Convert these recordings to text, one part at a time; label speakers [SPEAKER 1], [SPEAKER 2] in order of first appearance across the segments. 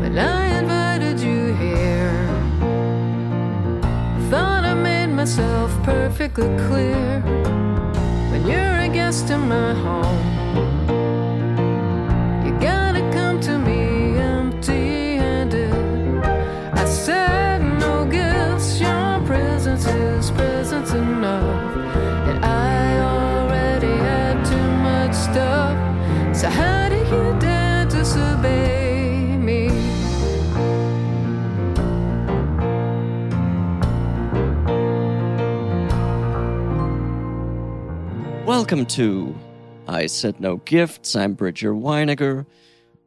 [SPEAKER 1] But I invited you here. Thought I made myself perfectly clear. When you're a guest in my home, you gotta come to me empty handed. I said no gifts, your presence is presence enough. And I already had too much stuff. So how do you dare disobey me?
[SPEAKER 2] Welcome to I Said No Gifts. I'm Bridger Weiniger.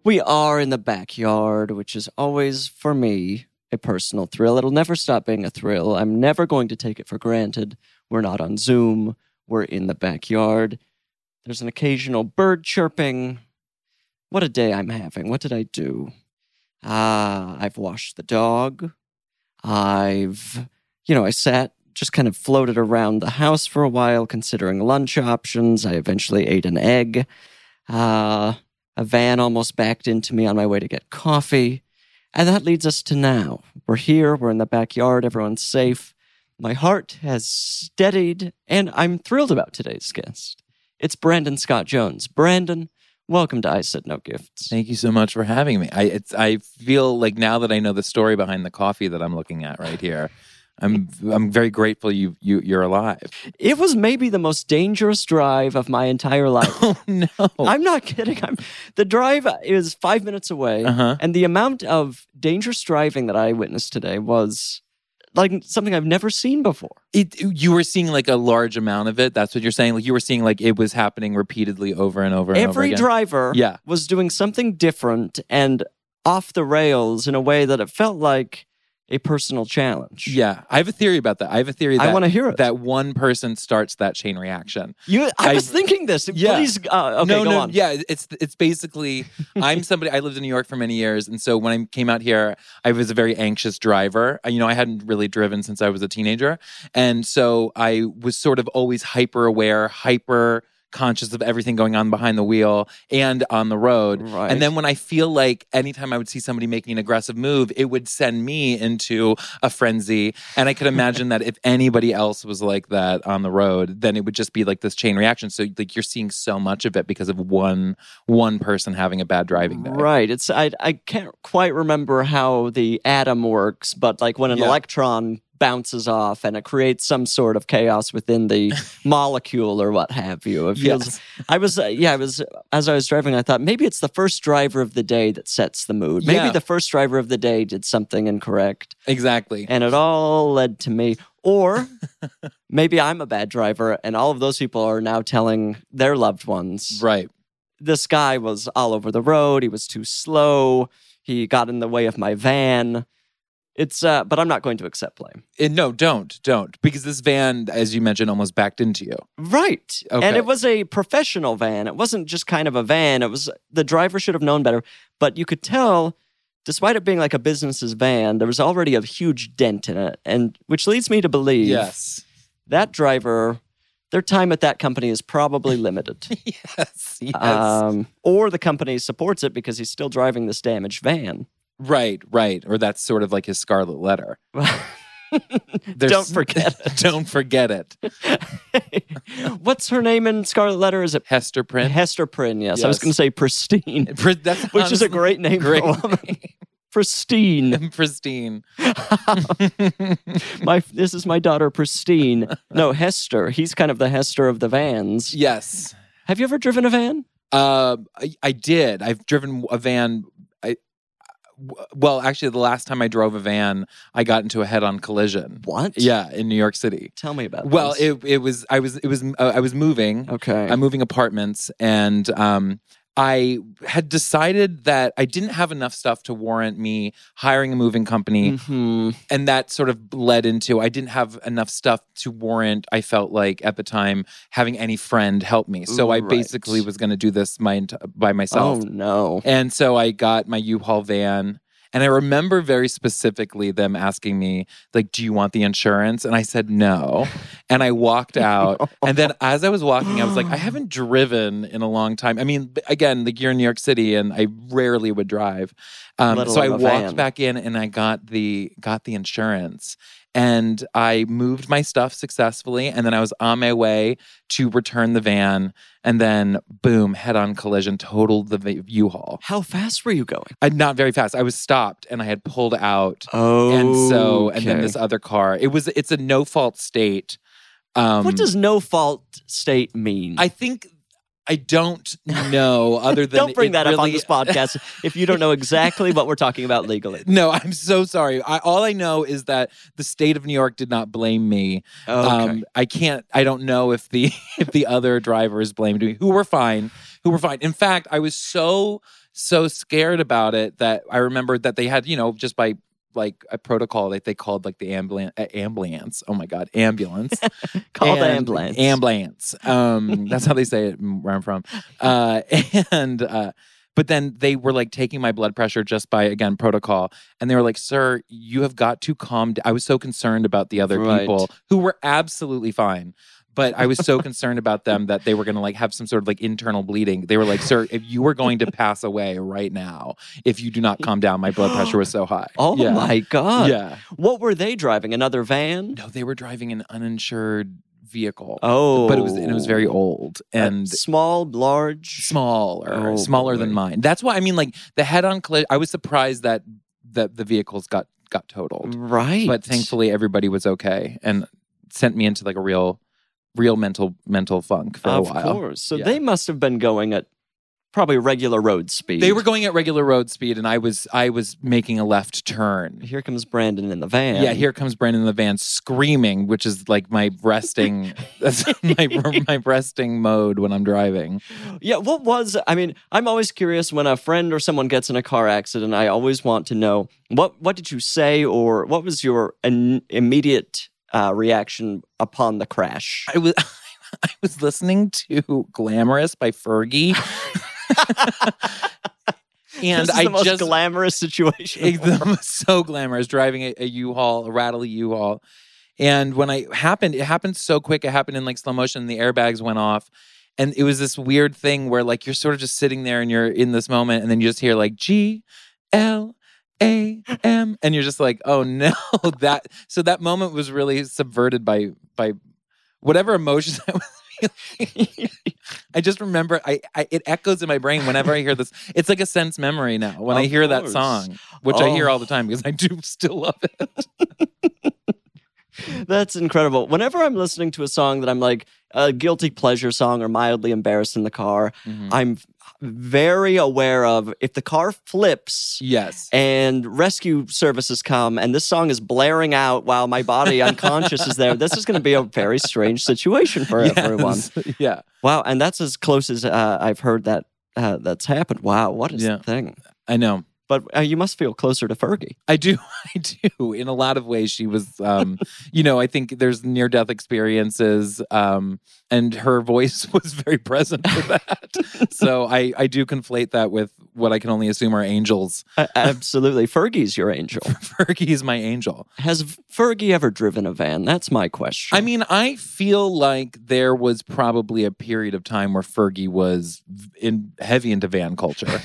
[SPEAKER 2] We are in the backyard, which is always, for me, a personal thrill. It'll never stop being a thrill. I'm never going to take it for granted. We're not on Zoom, we're in the backyard. There's an occasional bird chirping. What a day I'm having. What did I do? Ah, I've washed the dog. I've, you know, I sat, just kind of floated around the house for a while, considering lunch options. I eventually ate an egg. Uh, a van almost backed into me on my way to get coffee. And that leads us to now. We're here, we're in the backyard, everyone's safe. My heart has steadied, and I'm thrilled about today's guest. It's Brandon Scott Jones. Brandon, welcome to I Said No Gifts.
[SPEAKER 3] Thank you so much for having me. I it's, I feel like now that I know the story behind the coffee that I'm looking at right here, I'm I'm very grateful you you you're alive.
[SPEAKER 2] It was maybe the most dangerous drive of my entire life.
[SPEAKER 3] Oh no.
[SPEAKER 2] I'm not kidding. I'm, the drive is five minutes away,
[SPEAKER 3] Uh-huh.
[SPEAKER 2] and the amount of dangerous driving that I witnessed today was like something I've never seen before.
[SPEAKER 3] it you were seeing like a large amount of it. That's what you're saying. Like you were seeing like it was happening repeatedly over and over and over
[SPEAKER 2] Every
[SPEAKER 3] again.
[SPEAKER 2] driver
[SPEAKER 3] Yeah.
[SPEAKER 2] was doing something different and off the rails in a way that it felt like a personal challenge.
[SPEAKER 3] yeah, I have a theory about that. I have a theory
[SPEAKER 2] I
[SPEAKER 3] that
[SPEAKER 2] wanna hear it.
[SPEAKER 3] That one person starts that chain reaction.
[SPEAKER 2] You, I,
[SPEAKER 3] I-
[SPEAKER 2] was thinking this.
[SPEAKER 3] Yeah.
[SPEAKER 2] Please, uh, okay,
[SPEAKER 3] no,
[SPEAKER 2] go
[SPEAKER 3] no,
[SPEAKER 2] on.
[SPEAKER 3] yeah. It's it's basically I'm somebody. I lived in New York for many years, and so when I came out here, I was a very anxious driver. Uh, You know, I hadn't really driven since I was a teenager, and so I was sort of always hyper aware, hyper conscious of everything going on behind the wheel and on the road.
[SPEAKER 2] Right.
[SPEAKER 3] And then when I feel like anytime I would see somebody making an aggressive move, it would send me into a frenzy. And I could imagine that if anybody else was like that on the road, then it would just be like this chain reaction. So like you're seeing so much of it because of one one person having a bad driving day.
[SPEAKER 2] Right. It's I I can't quite remember how the atom works, but like when an
[SPEAKER 3] Yeah.
[SPEAKER 2] electron bounces off and it creates some sort of chaos within the molecule or what have you. It feels
[SPEAKER 3] Yes.
[SPEAKER 2] I was uh, yeah, I was as I was driving I thought maybe it's the first driver of the day that sets the mood. Maybe
[SPEAKER 3] Yeah.
[SPEAKER 2] the first driver of the day did something incorrect
[SPEAKER 3] Exactly.
[SPEAKER 2] and it all led to me or maybe I'm a bad driver and all of those people are now telling their loved ones
[SPEAKER 3] right.
[SPEAKER 2] this guy was all over the road. He was too slow. He got in the way of my van. It's uh, but I'm not going to accept blame.
[SPEAKER 3] And no, don't, don't. Because this van, as you mentioned, almost backed into you.
[SPEAKER 2] Right. And
[SPEAKER 3] Okay.
[SPEAKER 2] it was a professional van. It wasn't just kind of a van. It was the driver should have known better. But you could tell, despite it being like a business's van, there was already a huge dent in it. And which leads me to believe
[SPEAKER 3] Yes.
[SPEAKER 2] that driver, their time at that company is probably limited.
[SPEAKER 3] Yes. Yes.
[SPEAKER 2] Um, or the company supports it because he's still driving this damaged van.
[SPEAKER 3] right, right. Or that's sort of like his scarlet letter. There's-
[SPEAKER 2] Don't forget it.
[SPEAKER 3] don't forget it.
[SPEAKER 2] What's her name in Scarlet Letter? Is it
[SPEAKER 3] Hester Prynne.
[SPEAKER 2] Hester Prynne? Yes, I was
[SPEAKER 3] Yes.
[SPEAKER 2] going to say Pristine,
[SPEAKER 3] Pri- That's
[SPEAKER 2] which is a
[SPEAKER 3] honestly
[SPEAKER 2] great name
[SPEAKER 3] great
[SPEAKER 2] for a woman. Pristine.
[SPEAKER 3] name. Pristine.
[SPEAKER 2] My this is my daughter Pristine. No, Hester. He's kind of the Hester of the vans.
[SPEAKER 3] yes. Um,
[SPEAKER 2] Have you ever driven a van?
[SPEAKER 3] Uh, I, I did. I've driven a van. I, w- well, actually, the last time I drove a van, I got into a head-on collision.
[SPEAKER 2] What?
[SPEAKER 3] Yeah, in New York City.
[SPEAKER 2] Tell me about.
[SPEAKER 3] Well,
[SPEAKER 2] this.
[SPEAKER 3] it it was I was it was uh, I was moving.
[SPEAKER 2] okay.
[SPEAKER 3] I'm moving apartments and um I had decided that I didn't have enough stuff to warrant me hiring a moving company
[SPEAKER 2] Mhm.
[SPEAKER 3] and that sort of led into I didn't have enough stuff to warrant I felt like at the time having any friend help me. So I
[SPEAKER 2] Right.
[SPEAKER 3] basically was going to do this my ent- by myself.
[SPEAKER 2] Oh no.
[SPEAKER 3] And so I got my U-Haul van. And I remember very specifically them asking me, like, do you want the insurance? And I said no. And I walked out. and then as I was walking, I was like, I haven't driven in a long time. I mean, b- again, like you're in New York City and I rarely would drive. Um,
[SPEAKER 2] Let
[SPEAKER 3] so I
[SPEAKER 2] alone a
[SPEAKER 3] walked
[SPEAKER 2] van.
[SPEAKER 3] back in and I got the got the insurance. And I moved my stuff successfully. And then I was on my way to return the van. And then boom, head-on collision, totaled the v- U-Haul.
[SPEAKER 2] How fast were you going?
[SPEAKER 3] I, not very fast. I was stopped and I had pulled out.
[SPEAKER 2] Oh.
[SPEAKER 3] And so, and then this other car. It was, it's a no fault state. Um,
[SPEAKER 2] what does no fault state mean?
[SPEAKER 3] I think, I don't know other than.
[SPEAKER 2] don't bring
[SPEAKER 3] it
[SPEAKER 2] that up on
[SPEAKER 3] really-
[SPEAKER 2] this podcast if you don't know exactly what we're talking about legally.
[SPEAKER 3] No, I'm so sorry. I, all I know is that the state of New York did not blame me. Um, I can't. I don't know if the if the other drivers blamed me. Who were fine. Who were fine. In fact, I was so so scared about it that I remembered that they had you know just by like a protocol that they called like the ambulance ambulance. Oh my god, ambulance.
[SPEAKER 2] Call the
[SPEAKER 3] and-
[SPEAKER 2] ambulance.
[SPEAKER 3] Ambulance. Um, that's how they say it m- where I'm from. Uh, and uh, but then they were like taking my blood pressure just by again protocol, and they were like, "Sir, you have got to calm." down. I was so concerned about the other
[SPEAKER 2] Right.
[SPEAKER 3] people who were absolutely fine. But I was so concerned about them that they were going to like have some sort of like internal bleeding. They were like, "Sir, if you were going to pass away right now if you do not calm down, my blood pressure was so high."
[SPEAKER 2] oh
[SPEAKER 3] Yeah.
[SPEAKER 2] my god.
[SPEAKER 3] Yeah.
[SPEAKER 2] What were they driving? Another van?
[SPEAKER 3] No, they were driving an uninsured vehicle.
[SPEAKER 2] Oh.
[SPEAKER 3] but it was and it was very old
[SPEAKER 2] Uh,
[SPEAKER 3] and
[SPEAKER 2] small, large.
[SPEAKER 3] smaller,
[SPEAKER 2] Oh,
[SPEAKER 3] smaller than
[SPEAKER 2] boy.
[SPEAKER 3] mine. That's why I mean, like the head-on collision. I was surprised that that the vehicles got got totaled,
[SPEAKER 2] Right.
[SPEAKER 3] but thankfully everybody was okay and sent me into like a real, real mental mental funk for
[SPEAKER 2] of
[SPEAKER 3] a while.
[SPEAKER 2] course. So
[SPEAKER 3] Yeah.
[SPEAKER 2] they must have been going at probably regular road speed.
[SPEAKER 3] They were going at regular road speed, and I was I was making a left turn.
[SPEAKER 2] Here comes Brandon in the van.
[SPEAKER 3] Yeah, here comes Brandon in the van screaming, which is like my resting, that's my my resting mode when I'm driving.
[SPEAKER 2] Yeah, what was I mean, I'm always curious when a friend or someone gets in a car accident, I always want to know what what did you say or what was your in, immediate uh, reaction upon the crash?
[SPEAKER 3] I was I was listening to Glamorous by Fergie. and
[SPEAKER 2] this is
[SPEAKER 3] I
[SPEAKER 2] the most
[SPEAKER 3] just
[SPEAKER 2] glamorous situation. in
[SPEAKER 3] it
[SPEAKER 2] the world.
[SPEAKER 3] was so glamorous driving a, a U-Haul, a rattly U-Haul. And when I happened, it happened so quick. It happened in like slow motion. The airbags went off. And it was this weird thing where like you're sort of just sitting there and you're in this moment and then you just hear like G L A M and you're just like, oh no, that so that moment was really subverted by by whatever emotions I was feeling. I just remember I, I it echoes in my brain whenever I hear this. It's like a sense memory now when I
[SPEAKER 2] Of
[SPEAKER 3] hear that
[SPEAKER 2] course.
[SPEAKER 3] song which I hear
[SPEAKER 2] Oh.
[SPEAKER 3] all the time because I do still love it.
[SPEAKER 2] That's incredible. Whenever I'm listening to a song that I'm like a guilty pleasure song or mildly embarrassed in the car,
[SPEAKER 3] Mm.
[SPEAKER 2] I'm very aware of if the car flips
[SPEAKER 3] Yes.
[SPEAKER 2] and rescue services come and this song is blaring out while my body unconscious is there this is going to be a very strange situation for everyone
[SPEAKER 3] Yeah.
[SPEAKER 2] wow and that's as close as uh, i've heard that uh, that's happened wow what is
[SPEAKER 3] Yeah.
[SPEAKER 2] the thing
[SPEAKER 3] I know.
[SPEAKER 2] but uh, you must feel closer to fergie
[SPEAKER 3] I do. I do. In a lot of ways, she was, um, you know, I think there's near death experiences, um, and her voice was very present for that. so I, I do conflate that with what I can only assume are angels.
[SPEAKER 2] Uh, absolutely fergie's your angel
[SPEAKER 3] Fergie is my angel.
[SPEAKER 2] has fergie ever driven a van that's my question
[SPEAKER 3] I mean, I feel like there was probably a period of time where Fergie was v- in heavy into van culture.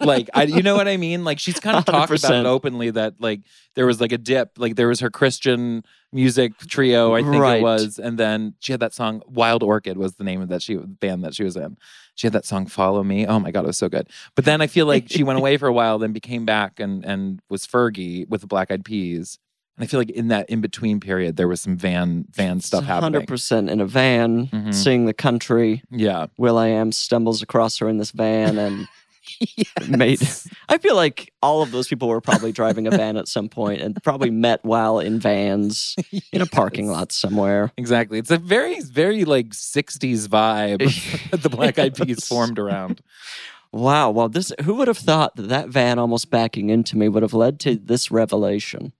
[SPEAKER 3] like, I, you know what I mean? Like, she's kind of talked about
[SPEAKER 2] 100%.
[SPEAKER 3] it openly that like there was like a dip, like there was her Christian music trio, I think
[SPEAKER 2] Right.
[SPEAKER 3] it was, and then she had that song Wild Orchid was the name of that she band that she was in. She had that song Follow Me. Oh my god, it was so good. But then I feel like she went away for a while, then became back and and was Fergie with the Black Eyed Peas. And I feel like in that in between period, there was some van van stuff happening.
[SPEAKER 2] 100% in a van
[SPEAKER 3] Mhm.
[SPEAKER 2] seeing the country
[SPEAKER 3] Yeah,
[SPEAKER 2] will i am stumbles across her in this van and made. I feel like all of those people were probably driving a van at some point and probably met while in vans in a parking
[SPEAKER 3] Yes.
[SPEAKER 2] lot somewhere.
[SPEAKER 3] Exactly. It's a very, very like 60s vibe that the Black Eyed Peas
[SPEAKER 2] Yes.
[SPEAKER 3] formed around.
[SPEAKER 2] Wow. Well, this who would have thought that that van almost backing into me would have led to this revelation?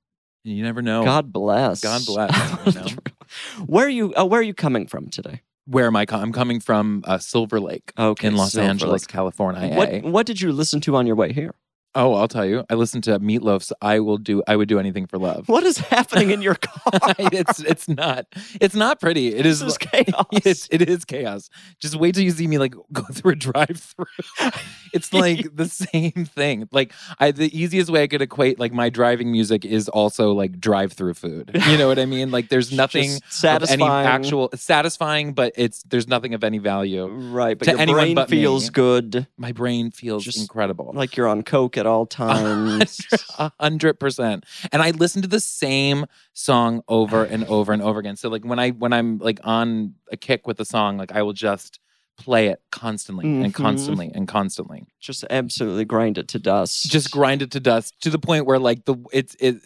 [SPEAKER 3] You never know.
[SPEAKER 2] God bless.
[SPEAKER 3] God bless, you know.
[SPEAKER 2] where are you? Uh, where are you coming from today?
[SPEAKER 3] Where am I? Com- I'm coming from uh, Silver Lake
[SPEAKER 2] Okay,
[SPEAKER 3] in Los
[SPEAKER 2] Silver
[SPEAKER 3] Angeles,
[SPEAKER 2] Lake.
[SPEAKER 3] California.
[SPEAKER 2] What What did you listen to on your way here?
[SPEAKER 3] Oh, I'll tell you. I listened to Meatloaf's "I Will Do." I would do anything for love.
[SPEAKER 2] What is happening in your car?
[SPEAKER 3] it's it's not it's not pretty. It is
[SPEAKER 2] This is chaos.
[SPEAKER 3] It's, it is chaos. Just wait till you see me like go through a drive-through. it's like the same thing. Like I, the easiest way I could equate like my driving music is also like drive-through food. You know what I mean? Like there's nothing
[SPEAKER 2] Just
[SPEAKER 3] of
[SPEAKER 2] satisfying.
[SPEAKER 3] any actual satisfying, but it's there's nothing of any value.
[SPEAKER 2] Right, but
[SPEAKER 3] to
[SPEAKER 2] your
[SPEAKER 3] anyone
[SPEAKER 2] brain
[SPEAKER 3] but me.
[SPEAKER 2] feels good,
[SPEAKER 3] My brain feels
[SPEAKER 2] Just
[SPEAKER 3] incredible.
[SPEAKER 2] like you're on coke at all times.
[SPEAKER 3] A hundred percent. And I listen to the same song over and over and over again. So like when I when I'm like on a kick with a song, like I will just play it constantly and
[SPEAKER 2] Mhm.
[SPEAKER 3] constantly and constantly.
[SPEAKER 2] just absolutely grind it to dust.
[SPEAKER 3] Just grind it to dust to the point where like the it's it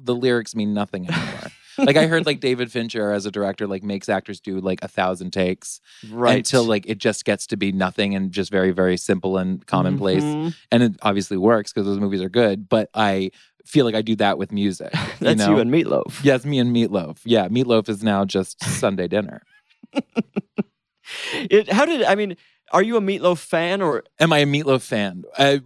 [SPEAKER 3] the lyrics mean nothing anymore. like I heard like David Fincher as a director like makes actors do like a thousand takes
[SPEAKER 2] right
[SPEAKER 3] until like it just gets to be nothing and just very very simple and commonplace
[SPEAKER 2] Mhm.
[SPEAKER 3] and it obviously works because those movies are good. But I feel like I do that with music.
[SPEAKER 2] That's
[SPEAKER 3] know?
[SPEAKER 2] you and meatloaf.
[SPEAKER 3] yes, me and Meatloaf. Yeah, Meatloaf is now just Sunday dinner.
[SPEAKER 2] It, how did I mean? Are you a meatloaf fan or
[SPEAKER 3] Am I a Meatloaf fan? I,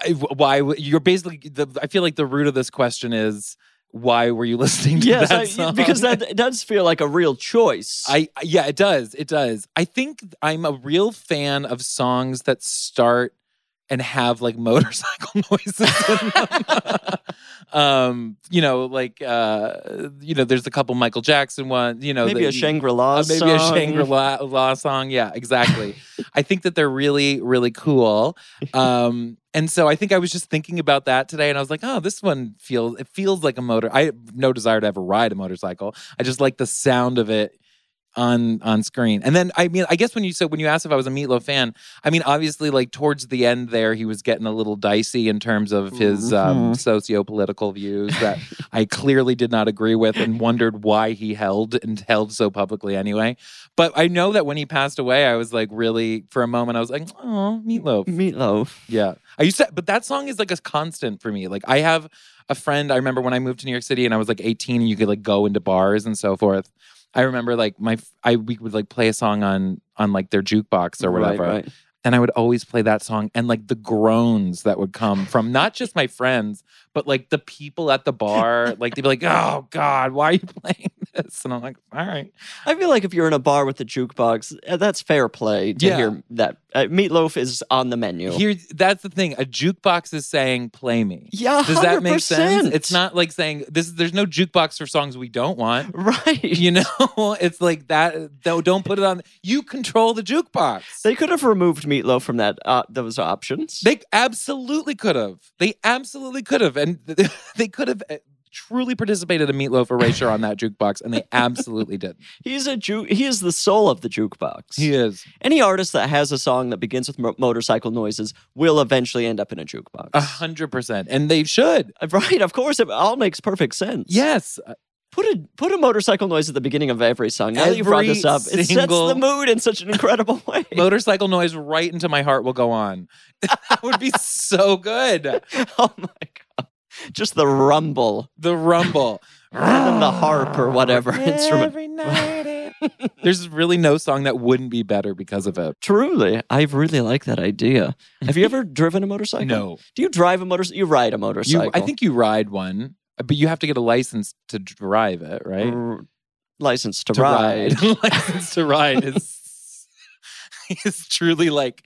[SPEAKER 3] I- why you're basically the? I feel like the root of this question is why were you listening to
[SPEAKER 2] yes?
[SPEAKER 3] that
[SPEAKER 2] I-
[SPEAKER 3] song?
[SPEAKER 2] because that it does feel like a real choice.
[SPEAKER 3] I I- yeah, it does. It does. I think I'm a real fan of songs that start and have like motorcycle noises in them. um, you know, like uh, you know, there's a couple Michael Jackson ones, you know,
[SPEAKER 2] maybe
[SPEAKER 3] that
[SPEAKER 2] a
[SPEAKER 3] you-
[SPEAKER 2] Shangri La.
[SPEAKER 3] uh, maybe a Shangri La song. Yeah, exactly. I think that they're really, really cool. Um, and so I think I was just thinking about that today, and I was like, oh, this one feels it feels like a motor. I have no desire to ever ride a motorcycle. I just like the sound of it on on screen. And then I mean, I guess when you said when you asked if I was a Meatloaf fan, I mean, obviously, like towards the end there, he was getting a little dicey in terms of his um, socio-political views that I clearly did not agree with, and wondered why he held and held so publicly anyway. But I know that when he passed away, I was like really for a moment, I was like, oh, Meatloaf.
[SPEAKER 2] Meatloaf.
[SPEAKER 3] Yeah. I used to, but that song is like a constant for me. Like, I have a friend, I remember when I moved to New York City and I was like 18 and you could like go into bars and so forth. I remember like my, f- I, we would like play a song on, on like their jukebox or
[SPEAKER 2] Right,
[SPEAKER 3] whatever.
[SPEAKER 2] right.
[SPEAKER 3] And I would always play that song and like the groans that would come from not just my friends, but like the people at the bar. Like, they'd be like, oh God, why are you playing this? And I'm like, all right.
[SPEAKER 2] I feel like if you're in a bar with a jukebox, uh, that's fair play to
[SPEAKER 3] Yeah.
[SPEAKER 2] hear that. Uh, meatloaf is on the menu.
[SPEAKER 3] Here, that's the thing. A jukebox is saying, play me.
[SPEAKER 2] yeah,
[SPEAKER 3] Does that make sense?
[SPEAKER 2] 100%.
[SPEAKER 3] It's not like saying this. There's no jukebox for songs we don't want.
[SPEAKER 2] right.
[SPEAKER 3] You know, it's like that. Though, don't put it on. You control the jukebox. They,
[SPEAKER 2] They could have removed meatloaf from that uh, those options.
[SPEAKER 3] absolutely could have. They absolutely could have, and they could have uh, truly participated in Meatloaf Erasure on that jukebox, and they absolutely did.
[SPEAKER 2] He's a ju- he is the soul of the jukebox.
[SPEAKER 3] is
[SPEAKER 2] Any artist that has a song that begins with mo- motorcycle noises will eventually end up in a jukebox. Uh,
[SPEAKER 3] a hundred percent, and they should.
[SPEAKER 2] Right, of course, it all makes perfect sense.
[SPEAKER 3] Yes,
[SPEAKER 2] put a put a motorcycle noise at the beginning of every song. Now that you brought
[SPEAKER 3] Every
[SPEAKER 2] this up, it sets
[SPEAKER 3] single-
[SPEAKER 2] the mood in such an incredible way.
[SPEAKER 3] motorcycle noise right into my heart will go on. that would be so good.
[SPEAKER 2] oh my god, just the rumble
[SPEAKER 3] The rumble.
[SPEAKER 2] and then the harp or whatever instrument.
[SPEAKER 3] There's really no song that wouldn't be better because of it.
[SPEAKER 2] Truly, I really like that idea. Have you ever driven a motorcycle?
[SPEAKER 3] No,
[SPEAKER 2] Do you drive a motorcycle? You ride a
[SPEAKER 3] you.
[SPEAKER 2] motorcycle?
[SPEAKER 3] I think you ride one, but you have to get a license to drive it, right?
[SPEAKER 2] R- license to, ride.
[SPEAKER 3] license to ride is is truly like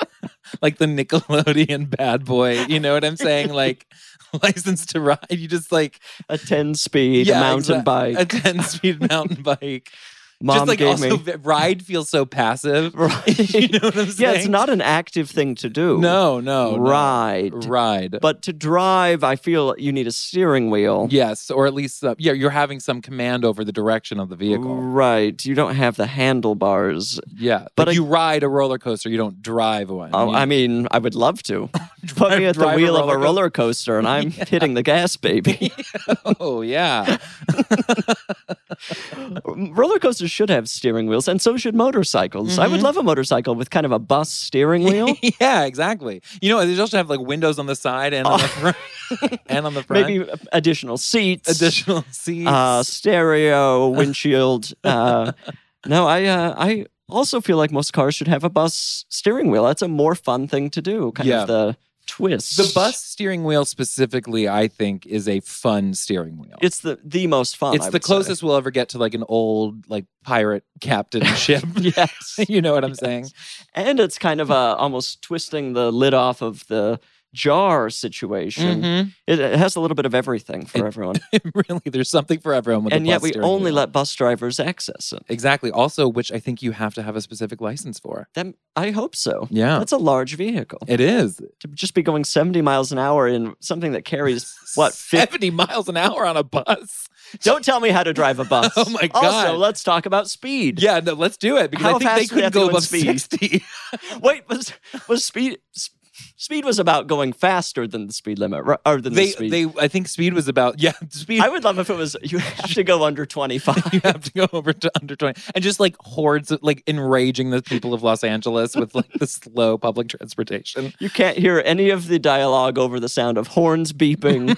[SPEAKER 3] like the Nickelodeon bad boy. You know what I'm saying? Like license to ride. You just like
[SPEAKER 2] a ten speed
[SPEAKER 3] Yeah,
[SPEAKER 2] mountain
[SPEAKER 3] exact-
[SPEAKER 2] bike.
[SPEAKER 3] a 10 speed mountain bike.
[SPEAKER 2] Mom
[SPEAKER 3] just like
[SPEAKER 2] gave
[SPEAKER 3] also
[SPEAKER 2] me.
[SPEAKER 3] v- ride feels so passive.
[SPEAKER 2] Right.
[SPEAKER 3] you know what I'm saying?
[SPEAKER 2] yeah, it's not an active thing to do.
[SPEAKER 3] No, no, no.
[SPEAKER 2] Ride.
[SPEAKER 3] ride.
[SPEAKER 2] But to drive, I feel you need a steering wheel.
[SPEAKER 3] yes, or at least uh, yeah, you're having some command over the direction of the vehicle.
[SPEAKER 2] Right. You don't have the handlebars.
[SPEAKER 3] Yeah,
[SPEAKER 2] But
[SPEAKER 3] but
[SPEAKER 2] I-
[SPEAKER 3] you ride a roller coaster. You don't drive one.
[SPEAKER 2] Oh,
[SPEAKER 3] You-
[SPEAKER 2] I mean, I would love to. Put me at the
[SPEAKER 3] drive a
[SPEAKER 2] wheel of a
[SPEAKER 3] roller coaster.
[SPEAKER 2] roller coaster and I'm hitting the gas, baby.
[SPEAKER 3] oh yeah,
[SPEAKER 2] roller coasters should have steering wheels and so should motorcycles. I would
[SPEAKER 3] Mhm.
[SPEAKER 2] love a motorcycle with kind of a bus steering wheel.
[SPEAKER 3] yeah, exactly. You know, they also have like windows on the side and on the front, and on the front.
[SPEAKER 2] Maybe additional seats.
[SPEAKER 3] additional seats.
[SPEAKER 2] uh, stereo windshield. Uh, no, I uh, I also feel like most cars should have a bus steering wheel. That's a more fun thing to do. Kind
[SPEAKER 3] Yeah.
[SPEAKER 2] of the twist.
[SPEAKER 3] the bus steering wheel specifically, I think, is a fun steering wheel.
[SPEAKER 2] It's the the most fun.
[SPEAKER 3] It's
[SPEAKER 2] I
[SPEAKER 3] the
[SPEAKER 2] would say.
[SPEAKER 3] closest we'll ever get to like an old like pirate captain ship.
[SPEAKER 2] yes,
[SPEAKER 3] you know what I'm saying?
[SPEAKER 2] and it's kind of uh, almost twisting the lid off of the jar situation. It, it has a little bit of everything for
[SPEAKER 3] Mm-hmm. It-
[SPEAKER 2] everyone,
[SPEAKER 3] really, there's something for everyone. With a
[SPEAKER 2] and yet
[SPEAKER 3] bus
[SPEAKER 2] we
[SPEAKER 3] steering
[SPEAKER 2] only
[SPEAKER 3] wheel.
[SPEAKER 2] let bus drivers access it.
[SPEAKER 3] exactly. Also, which I think you have to have a specific license for.
[SPEAKER 2] That, I hope so.
[SPEAKER 3] Yeah,
[SPEAKER 2] That's a large vehicle.
[SPEAKER 3] it is.
[SPEAKER 2] To just be going 70 miles an hour in something that carries, what, 50,
[SPEAKER 3] 70 miles an hour on a bus?
[SPEAKER 2] Don't tell me how to drive a bus.
[SPEAKER 3] Oh my
[SPEAKER 2] Also,
[SPEAKER 3] God.
[SPEAKER 2] let's talk about speed.
[SPEAKER 3] Yeah, no, let's do it because
[SPEAKER 2] How
[SPEAKER 3] I think they
[SPEAKER 2] fast do we have
[SPEAKER 3] could
[SPEAKER 2] to
[SPEAKER 3] go
[SPEAKER 2] go in
[SPEAKER 3] above
[SPEAKER 2] speed?
[SPEAKER 3] 60.
[SPEAKER 2] Wait, was was speed s- speed was about going faster than the speed limit, ri- or than
[SPEAKER 3] they,
[SPEAKER 2] the speed.
[SPEAKER 3] they, I think speed was about yeah, speed.
[SPEAKER 2] I would love if it was you have to go under 25.
[SPEAKER 3] you have to go over to under 20 and just like hordes of like enraging the people of Los Angeles with like the slow public transportation.
[SPEAKER 2] You can't hear any of the dialogue over the sound of horns beeping.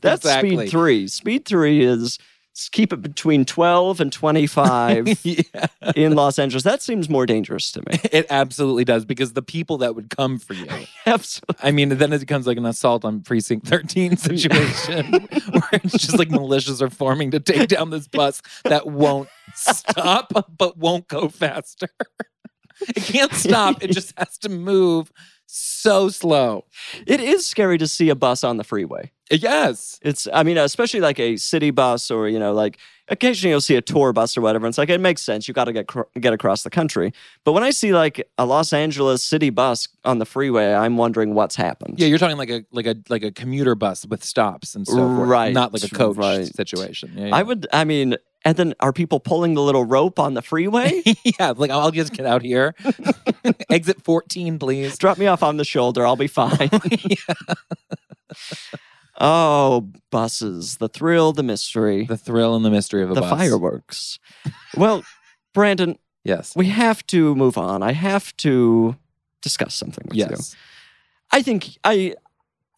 [SPEAKER 2] That's
[SPEAKER 3] exactly.
[SPEAKER 2] speed 3. Speed 3 is s- keep it between 12 and 25
[SPEAKER 3] yeah,
[SPEAKER 2] in Los Angeles. That seems more dangerous to me.
[SPEAKER 3] it absolutely does because the people that would come for you.
[SPEAKER 2] Absolutely.
[SPEAKER 3] I mean, then it becomes like an assault on precinct 13 situation where it's just like militias are forming to take down this bus that won't stop but won't go faster. It can't stop, it just has to move so slow.
[SPEAKER 2] It is scary to see a bus on the freeway.
[SPEAKER 3] Yes.
[SPEAKER 2] It's, I mean, especially like a city bus or, you know, like occasionally you'll see a tour bus or whatever. And it's like, it makes sense. You got to get, cr- get across the country. But when I see like a Los Angeles city bus on the freeway, I'm wondering what's happened.
[SPEAKER 3] Yeah, you're talking like a like a like a commuter bus with stops and so forth,
[SPEAKER 2] Right,
[SPEAKER 3] Not like a coach
[SPEAKER 2] right.
[SPEAKER 3] situation. Yeah, yeah.
[SPEAKER 2] I would, I mean, and then are people pulling the little rope on the freeway?
[SPEAKER 3] yeah, like I'll just get out here. Exit 14, please.
[SPEAKER 2] Drop me off on the shoulder. I'll be fine. Oh, buses, the thrill, the mystery,
[SPEAKER 3] The thrill and the mystery of a
[SPEAKER 2] the
[SPEAKER 3] bus.
[SPEAKER 2] fireworks. well, Brandon,
[SPEAKER 3] Yes.
[SPEAKER 2] we have to move on. I have to discuss something with you.
[SPEAKER 3] Yes.
[SPEAKER 2] I think I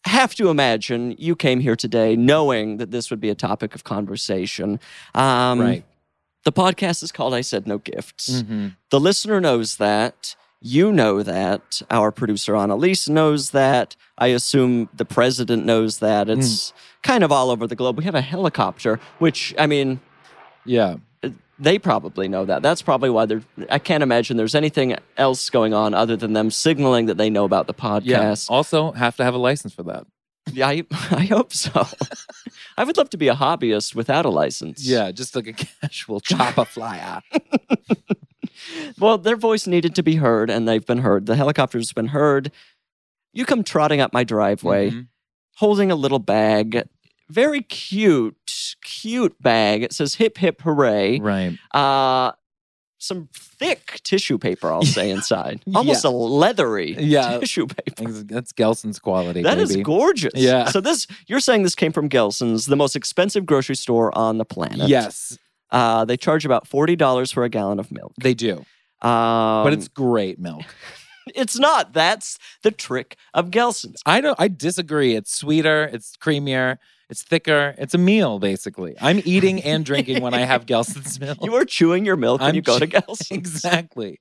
[SPEAKER 2] have to imagine you came here today knowing that this would be a topic of conversation. Um,
[SPEAKER 3] right.
[SPEAKER 2] The podcast is called I Said No Gifts.
[SPEAKER 3] hmm
[SPEAKER 2] The listener knows that. You know that. Our producer, Annalise, knows that. I assume the president knows that. It's
[SPEAKER 3] Hmm.
[SPEAKER 2] kind of all over the globe. We have a helicopter, which, I mean,
[SPEAKER 3] Yeah.
[SPEAKER 2] they probably know that. That's probably why they're. I can't imagine there's anything else going on other than them signaling that they know about the
[SPEAKER 3] Yeah. Oh.
[SPEAKER 2] podcast.
[SPEAKER 3] Also, have to have a license for that.
[SPEAKER 2] Yeah, I, I hope so. I would love to be a hobbyist without a license.
[SPEAKER 3] Yeah, just like a casual chopper flyer.
[SPEAKER 2] Well, their voice needed to be heard, and they've been heard. The helicopter's been heard. You come trotting up my driveway,
[SPEAKER 3] Mhm.
[SPEAKER 2] holding a little bag. Very cute, cute bag. It says hip hip hooray.
[SPEAKER 3] Right.
[SPEAKER 2] Uh, some thick tissue paper, I'll say, inside. Almost a leathery
[SPEAKER 3] Yeah.
[SPEAKER 2] tissue paper.
[SPEAKER 3] That's Gelson's quality.
[SPEAKER 2] That is
[SPEAKER 3] baby.
[SPEAKER 2] gorgeous.
[SPEAKER 3] Yeah.
[SPEAKER 2] So this, you're saying this came from Gelson's, the most expensive grocery store on the planet.
[SPEAKER 3] Yes,
[SPEAKER 2] Uh, they charge about forty dollars for a gallon of milk.
[SPEAKER 3] they do.
[SPEAKER 2] Um,
[SPEAKER 3] but it's great milk.
[SPEAKER 2] it's not. That's the trick of Gelson's.
[SPEAKER 3] I don't I disagree. It's sweeter, it's creamier, it's thicker. It's a meal basically. I'm eating and drinking when I have Gelson's milk.
[SPEAKER 2] You are chewing your milk when
[SPEAKER 3] I'm
[SPEAKER 2] you go to
[SPEAKER 3] chew-
[SPEAKER 2] Gelson's.
[SPEAKER 3] exactly.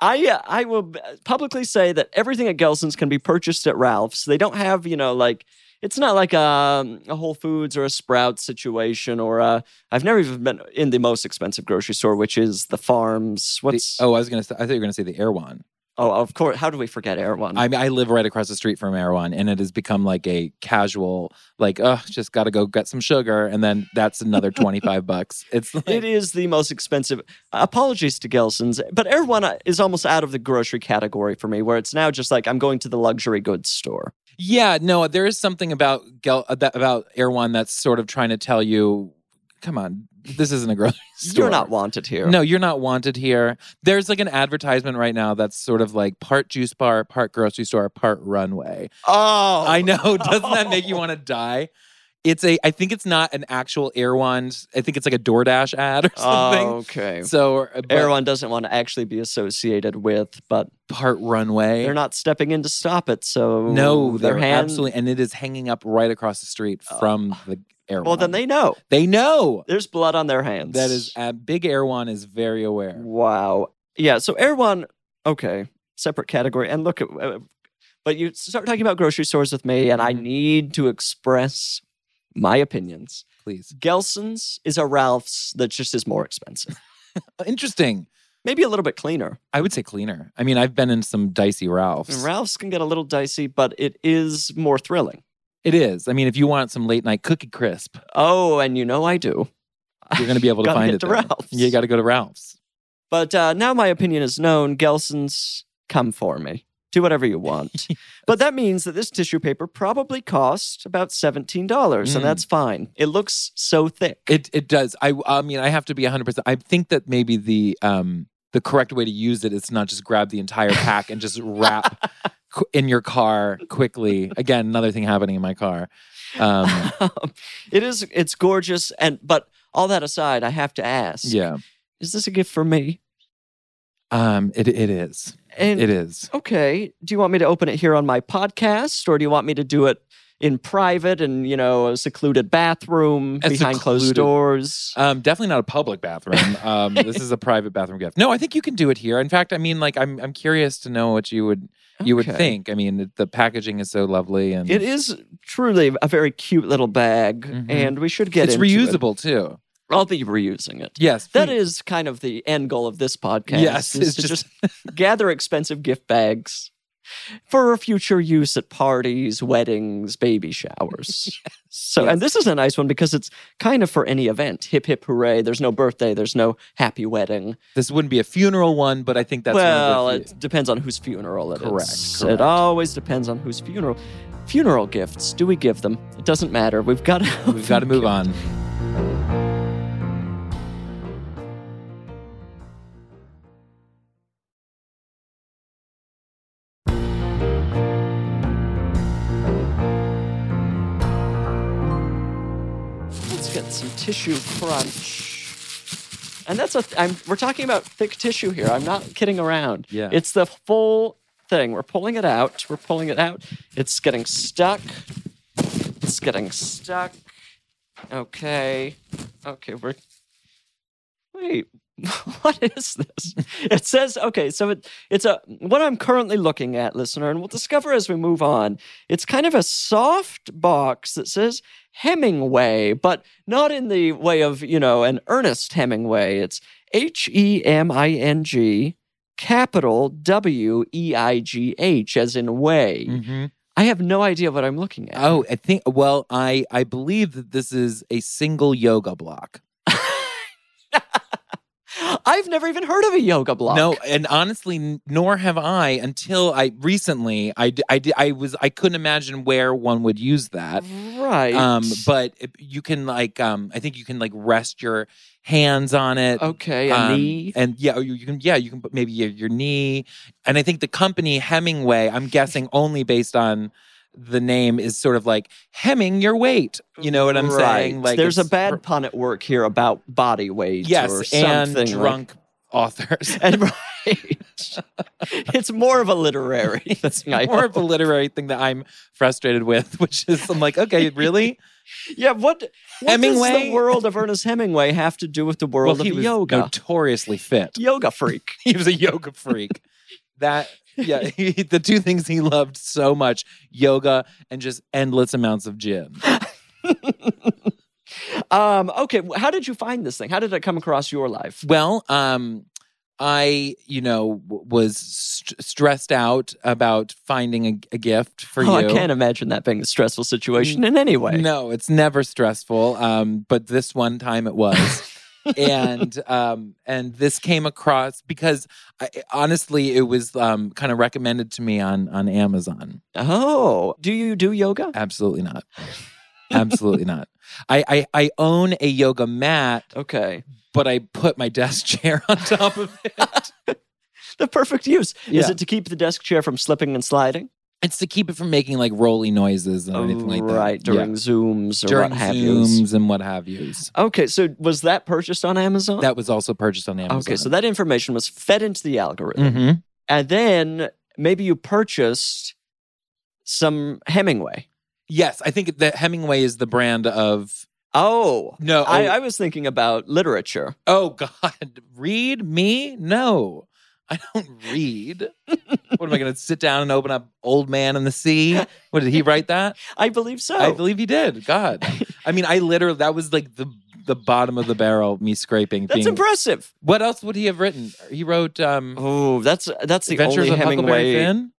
[SPEAKER 2] I uh, I will publicly say that everything at Gelson's can be purchased at Ralph's. They don't have you know like it's not like um, a, a Whole Foods or a Sprout situation or a, I've never even been in the most expensive grocery store, which is the Farms.
[SPEAKER 3] The-
[SPEAKER 2] What's
[SPEAKER 3] oh, I was gonna say I thought you were gonna say the Erewhon.
[SPEAKER 2] Oh, of course. How do we forget Air One?
[SPEAKER 3] I mean, I live right across the street from Erewhon, and it has become like a casual, like, oh, just got to go get some sugar, and then that's another twenty five bucks. It's like,
[SPEAKER 2] it is the most expensive. Apologies to Gelson's, but Air One uh, is almost out of the grocery category for me, where it's now just like I'm going to the luxury goods store.
[SPEAKER 3] yeah, no, there is something about Gel- about about Erewhon that's sort of trying to tell you, come on, this isn't a grocery store.
[SPEAKER 2] You're not wanted here.
[SPEAKER 3] No, you're not wanted here. There's like an advertisement right now that's sort of like part juice bar, part grocery store, part runway.
[SPEAKER 2] Oh,
[SPEAKER 3] I know. Doesn't that make you want to die? It's a. I think it's not an actual Air Wand. I think it's like a DoorDash ad or something.
[SPEAKER 2] okay.
[SPEAKER 3] So uh, but
[SPEAKER 2] Air One doesn't want to actually be associated with, but
[SPEAKER 3] part runway.
[SPEAKER 2] they're not stepping in to stop it. So
[SPEAKER 3] No,
[SPEAKER 2] their
[SPEAKER 3] they're
[SPEAKER 2] hand. Oh.
[SPEAKER 3] absolutely, and it is hanging up right across the street from the Air.
[SPEAKER 2] Well, then
[SPEAKER 3] Wand.
[SPEAKER 2] they know
[SPEAKER 3] they know
[SPEAKER 2] there's blood on their hands.
[SPEAKER 3] that is uh, big Air Wand is very aware.
[SPEAKER 2] Wow. Yeah. So Air One, okay, separate category. And look, at, uh, but you start talking about grocery stores with me, and I
[SPEAKER 3] Mm-hmm.
[SPEAKER 2] need to express my opinions.
[SPEAKER 3] Please,
[SPEAKER 2] Gelson's is a Ralph's that just is more expensive,
[SPEAKER 3] interesting.
[SPEAKER 2] maybe a little bit cleaner.
[SPEAKER 3] I would say cleaner. I mean, I've been in some dicey Ralphs.
[SPEAKER 2] And Ralph's can get a little dicey, but it is more thrilling.
[SPEAKER 3] It is. I mean, if you want some late night cookie crisp,
[SPEAKER 2] Oh, and you know I do.
[SPEAKER 3] you're going to be able to
[SPEAKER 2] Gotta
[SPEAKER 3] find
[SPEAKER 2] get
[SPEAKER 3] it.
[SPEAKER 2] to
[SPEAKER 3] there.
[SPEAKER 2] Ralph's.
[SPEAKER 3] You got to go to Ralph's.
[SPEAKER 2] But uh, now my opinion is known. Gelson's, come for me. Do whatever you want. but that means that this tissue paper probably cost about $17,
[SPEAKER 3] Mm.
[SPEAKER 2] and that's fine. It looks so thick.
[SPEAKER 3] It it does. I I mean, I have to be 100%. I think that maybe the um the correct way to use it is to not just grab the entire pack and just wrap qu- in your car quickly. Again, another thing happening in my car. Um
[SPEAKER 2] it is, it's gorgeous. And, but all that aside, I have to ask
[SPEAKER 3] yeah.
[SPEAKER 2] is this a gift for me?
[SPEAKER 3] Um it it is.
[SPEAKER 2] And
[SPEAKER 3] It is.
[SPEAKER 2] okay, do you want me to open it here on my podcast, or do you want me to do it in private and, you know, a secluded bathroom
[SPEAKER 3] A
[SPEAKER 2] behind closed
[SPEAKER 3] secluded-
[SPEAKER 2] doors?
[SPEAKER 3] Um, definitely not a public bathroom. Um, this is a private bathroom gift. No, I think you can do it here. In fact, I mean, like, I'm I'm curious to know what you would you would
[SPEAKER 2] Okay.
[SPEAKER 3] think. I mean, it- the packaging is so lovely and
[SPEAKER 2] It is truly a very cute little bag,
[SPEAKER 3] Mhm.
[SPEAKER 2] and we should get
[SPEAKER 3] it's
[SPEAKER 2] into it.
[SPEAKER 3] reusable too.
[SPEAKER 2] I'll be reusing it.
[SPEAKER 3] Yes,
[SPEAKER 2] That
[SPEAKER 3] please.
[SPEAKER 2] is kind of the end goal of this podcast.
[SPEAKER 3] Hmm. Yes,
[SPEAKER 2] is
[SPEAKER 3] it's
[SPEAKER 2] to just,
[SPEAKER 3] just-
[SPEAKER 2] gather expensive gift bags for future use at parties, weddings, baby showers. so, and this is a nice one because it's kind of for any event. Hip hip hooray! There's no birthday. There's no happy wedding.
[SPEAKER 3] This wouldn't be a funeral one, but I think that's
[SPEAKER 2] well,
[SPEAKER 3] one of the few-
[SPEAKER 2] it depends on whose funeral it is.
[SPEAKER 3] Correct,
[SPEAKER 2] It
[SPEAKER 3] correct.
[SPEAKER 2] always depends on whose funeral. Funeral gifts, do we give them? It doesn't matter. We've got to
[SPEAKER 3] we've got to move on.
[SPEAKER 2] Let's get some tissue crunch. And that's a th- I'm, we're talking about thick tissue here. I'm not kidding around.
[SPEAKER 3] Yeah.
[SPEAKER 2] It's the full thing. We're pulling it out. We're pulling it out. It's getting stuck. It's getting stuck. Okay. Okay, we're Wait. What is this? It says okay, so it, it's a what I'm currently looking at, listener, and we'll discover as we move on. It's kind of a soft box that says Hemingway, but not in the way of, you know, an Ernest Hemingway. It's H E M I N G capital W E I G H as in way.
[SPEAKER 3] Mhm.
[SPEAKER 2] I have no idea what I'm looking at.
[SPEAKER 3] Oh, I think. Well, I I believe that this is a single yoga block.
[SPEAKER 2] I've never even heard of a yoga block.
[SPEAKER 3] Uh, No, and honestly, n- nor have I until I recently. I d- I d- I was I couldn't imagine where one would use that.
[SPEAKER 2] Right.
[SPEAKER 3] Um, but it- you can like um, I think you can like rest your hands on
[SPEAKER 2] Oh,
[SPEAKER 3] it.
[SPEAKER 2] okay, a
[SPEAKER 3] Um,
[SPEAKER 2] knee.
[SPEAKER 3] and yeah or you you can yeah you can put maybe your, your knee and i think the company hemingway i'm guessing only based on the name is sort of like hemming your weight you know what i'm saying like
[SPEAKER 2] there's a
[SPEAKER 3] it's
[SPEAKER 2] bad
[SPEAKER 3] r-
[SPEAKER 2] pun at work here about body weight. or
[SPEAKER 3] yes and
[SPEAKER 2] something like-
[SPEAKER 3] drunk authors
[SPEAKER 2] and right. it's more of a literary thing. I
[SPEAKER 3] more
[SPEAKER 2] hope.
[SPEAKER 3] of a literary thing that i'm frustrated with which is i'm like okay really
[SPEAKER 2] yeah. What, what does the
[SPEAKER 3] Hemingway?
[SPEAKER 2] world of Ernest Hemingway have to do with the
[SPEAKER 3] well
[SPEAKER 2] world
[SPEAKER 3] he
[SPEAKER 2] of
[SPEAKER 3] was
[SPEAKER 2] yoga?
[SPEAKER 3] notoriously fit
[SPEAKER 2] yoga freak.
[SPEAKER 3] he was a yoga freak that yeah he, the two things he loved so much yoga and just endless amounts of gym
[SPEAKER 2] Um, okay, wh- how did you find this thing? How did it come across your life?
[SPEAKER 3] Well, um, I, you know, w- was st- stressed out about finding a, a gift for
[SPEAKER 2] oh,
[SPEAKER 3] you.
[SPEAKER 2] I can't imagine that being a stressful situation in any way.
[SPEAKER 3] No, it's never stressful. Um, but this one time it was. and um and this came across because I, honestly it was um kind of recommended to me on on Amazon.
[SPEAKER 2] Oh, do you do yoga?
[SPEAKER 3] Absolutely not. Absolutely not. I, I I own a yoga mat,
[SPEAKER 2] Okay.
[SPEAKER 3] but I put my desk chair on top of it.
[SPEAKER 2] The perfect use. Is
[SPEAKER 3] Yeah.
[SPEAKER 2] it to keep the desk chair from slipping and sliding?
[SPEAKER 3] it's to keep it from making like rolly noises and anything like that.
[SPEAKER 2] right,
[SPEAKER 3] Yeah.
[SPEAKER 2] during Zooms or
[SPEAKER 3] during
[SPEAKER 2] what have you.
[SPEAKER 3] zooms and what have yous.
[SPEAKER 2] Okay, so was that purchased on Amazon?
[SPEAKER 3] That was also purchased on Amazon.
[SPEAKER 2] Okay, so that information was fed into the algorithm.
[SPEAKER 3] hmm
[SPEAKER 2] And then maybe you purchased some Hemingway.
[SPEAKER 3] Yes, I think that Hemingway is the brand of
[SPEAKER 2] Oh,
[SPEAKER 3] no.
[SPEAKER 2] I,
[SPEAKER 3] oh,
[SPEAKER 2] I was thinking about literature.
[SPEAKER 3] oh God, read me? No, I don't read. what am I going to sit down and open up Old Man and the Sea? What did he write that?
[SPEAKER 2] I believe so.
[SPEAKER 3] I believe he did. God, I mean, I literally that was like the the bottom of the barrel. Me scraping.
[SPEAKER 2] that's
[SPEAKER 3] being-
[SPEAKER 2] impressive.
[SPEAKER 3] What else would he have written? He wrote um,
[SPEAKER 2] Oh, that's that's the only
[SPEAKER 3] Adventures of
[SPEAKER 2] Hemingway.
[SPEAKER 3] Huckleberry Finn.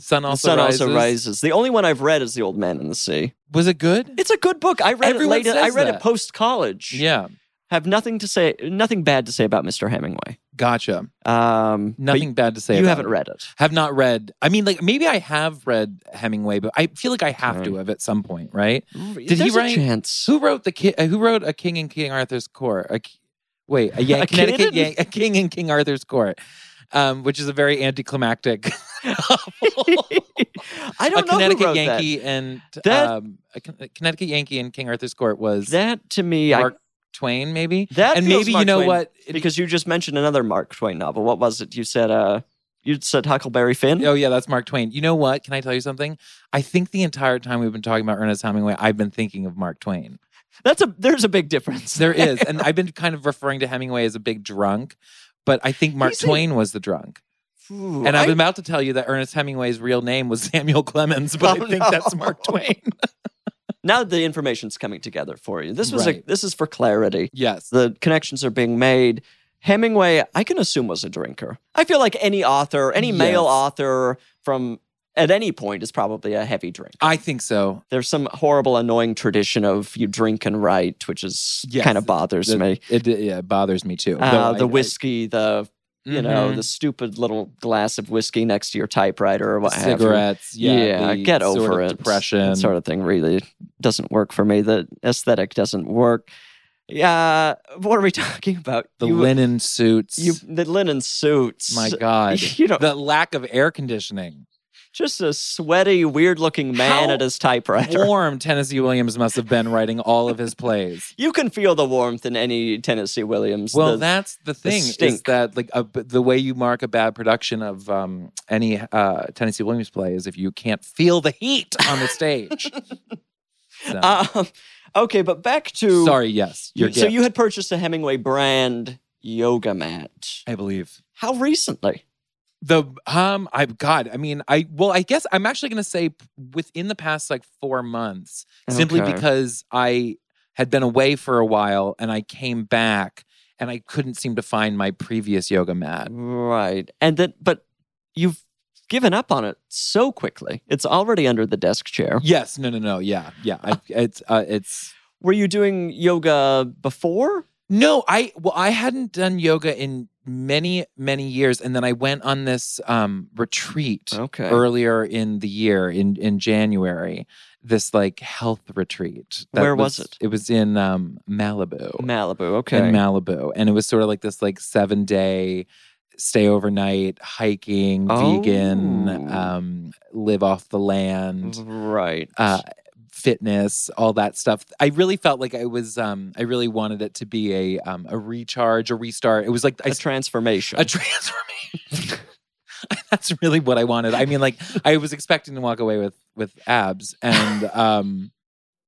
[SPEAKER 3] Sun
[SPEAKER 2] The
[SPEAKER 3] also
[SPEAKER 2] sun
[SPEAKER 3] rises.
[SPEAKER 2] also rises. The only one I've read is The Old Man and the Sea.
[SPEAKER 3] Was it good?
[SPEAKER 2] It's a good book. I read
[SPEAKER 3] Everyone
[SPEAKER 2] it late. I
[SPEAKER 3] says
[SPEAKER 2] read it
[SPEAKER 3] that.
[SPEAKER 2] post college.
[SPEAKER 3] Yeah,
[SPEAKER 2] Have nothing to say. Nothing bad to say about Mr. Hemingway.
[SPEAKER 3] gotcha.
[SPEAKER 2] Um, but
[SPEAKER 3] Nothing bad to say.
[SPEAKER 2] You
[SPEAKER 3] about
[SPEAKER 2] haven't
[SPEAKER 3] it.
[SPEAKER 2] read it.
[SPEAKER 3] Have not read. I mean, like maybe I have read Hemingway, but I feel like I have
[SPEAKER 2] Okay.
[SPEAKER 3] to have at some point, right?
[SPEAKER 2] Did
[SPEAKER 3] he
[SPEAKER 2] There's
[SPEAKER 3] write-
[SPEAKER 2] A chance.
[SPEAKER 3] Who wrote the ki- uh, Who wrote a King and King Arthur's Court? A, ki- wait, a, Yan-
[SPEAKER 2] A
[SPEAKER 3] Connecticut
[SPEAKER 2] kid?
[SPEAKER 3] Yan- a King and King Arthur's Court, um, which is a very anticlimactic. novel.
[SPEAKER 2] I
[SPEAKER 3] a
[SPEAKER 2] don't know
[SPEAKER 3] Connecticut
[SPEAKER 2] who wrote
[SPEAKER 3] Yankee and
[SPEAKER 2] That-
[SPEAKER 3] um, a Con- a Connecticut Yankee and King Arthur's Court was
[SPEAKER 2] that. That to me,
[SPEAKER 3] Mark Twain, maybe.
[SPEAKER 2] I, that
[SPEAKER 3] and
[SPEAKER 2] feels
[SPEAKER 3] maybe you
[SPEAKER 2] Mark
[SPEAKER 3] know
[SPEAKER 2] Twain,
[SPEAKER 3] what?
[SPEAKER 2] because you just mentioned another Mark Twain novel. What was it? You said uh, you said Huckleberry Finn.
[SPEAKER 3] Oh yeah, that's Mark Twain. You know what? Can I tell you something? I think the entire time we've been talking about Ernest Hemingway, I've been thinking of Mark Twain.
[SPEAKER 2] That's a there's a big difference.
[SPEAKER 3] There is, and I've been kind of referring to Hemingway as a big drunk, but I think Mark
[SPEAKER 2] He's a-
[SPEAKER 3] Twain was the drunk.
[SPEAKER 2] Ooh,
[SPEAKER 3] And
[SPEAKER 2] I-
[SPEAKER 3] I'm about to tell you that Ernest Hemingway's real name was Samuel Clemens, but
[SPEAKER 2] Oh,
[SPEAKER 3] I think
[SPEAKER 2] no.
[SPEAKER 3] that's Mark Twain.
[SPEAKER 2] now the information's coming together for you. This was a,
[SPEAKER 3] Right.
[SPEAKER 2] this is for clarity.
[SPEAKER 3] yes.
[SPEAKER 2] The connections are being made. Hemingway, I can assume was a drinker. I feel like any author, any male
[SPEAKER 3] Yes.
[SPEAKER 2] author from at any point is probably a heavy drinker.
[SPEAKER 3] I think so.
[SPEAKER 2] There's some horrible, annoying tradition of you drink and write, which is
[SPEAKER 3] Yes,
[SPEAKER 2] kind of bothers
[SPEAKER 3] the-
[SPEAKER 2] me.
[SPEAKER 3] It, yeah, it bothers me too.
[SPEAKER 2] Uh,
[SPEAKER 3] Though I-
[SPEAKER 2] the
[SPEAKER 3] I-
[SPEAKER 2] whiskey, the you know,
[SPEAKER 3] Mhm.
[SPEAKER 2] the stupid little glass of whiskey next to your typewriter or what have you.
[SPEAKER 3] cigarettes. Yeah, the
[SPEAKER 2] get
[SPEAKER 3] sort
[SPEAKER 2] over
[SPEAKER 3] of
[SPEAKER 2] it.
[SPEAKER 3] Depression.
[SPEAKER 2] That sort of thing really doesn't work for me. The aesthetic doesn't work. Yeah, what are we talking about?
[SPEAKER 3] the
[SPEAKER 2] you,
[SPEAKER 3] linen suits.
[SPEAKER 2] you, the linen suits.
[SPEAKER 3] My God.
[SPEAKER 2] you know,
[SPEAKER 3] the lack of air conditioning.
[SPEAKER 2] just a sweaty, weird-looking man
[SPEAKER 3] How
[SPEAKER 2] at his typewriter.
[SPEAKER 3] Warm Tennessee Williams must have been writing all of his plays.
[SPEAKER 2] You can feel the warmth in any Tennessee Williams.
[SPEAKER 3] Well,
[SPEAKER 2] the-
[SPEAKER 3] that's the thing is
[SPEAKER 2] stink.
[SPEAKER 3] that like a, the way you mark a bad production of um, any uh, Tennessee Williams play is if you can't feel the heat on the stage. So,
[SPEAKER 2] Um, okay, but back to
[SPEAKER 3] sorry, yes,
[SPEAKER 2] you-
[SPEAKER 3] your
[SPEAKER 2] so
[SPEAKER 3] gift,
[SPEAKER 2] you had purchased a Hemingway brand yoga mat.
[SPEAKER 3] I believe.
[SPEAKER 2] How recently?
[SPEAKER 3] The um, I God, I mean, I well, I guess I'm actually gonna say p- within the past like four months, simply
[SPEAKER 2] Okay.
[SPEAKER 3] because I had been away for a while and I came back and I couldn't seem to find my previous yoga mat.
[SPEAKER 2] Mm, Right. And then, but you've given up on it so quickly. It's already under the desk chair.
[SPEAKER 3] Yes, no, no, no, yeah, yeah. I, it's uh, it's
[SPEAKER 2] Were you doing yoga before?
[SPEAKER 3] no, I well, I hadn't done yoga in many many years, and then I went on this um retreat.
[SPEAKER 2] Okay.
[SPEAKER 3] Earlier in the year, in in January, this like health retreat.
[SPEAKER 2] Where was it?
[SPEAKER 3] It was in um, Malibu.
[SPEAKER 2] Malibu. Okay.
[SPEAKER 3] In Malibu, and it was sort of like this like seven day stay overnight hiking, vegan,
[SPEAKER 2] Oh. Mm-hmm.
[SPEAKER 3] um, live off the land,
[SPEAKER 2] right.
[SPEAKER 3] uh, fitness, all that stuff. I really felt like I was. Um, I really wanted it to be a um, a recharge, a restart. It was like I
[SPEAKER 2] a transformation.
[SPEAKER 3] a transformation. That's really what I wanted. I mean, like I was expecting to walk away with with abs, and um,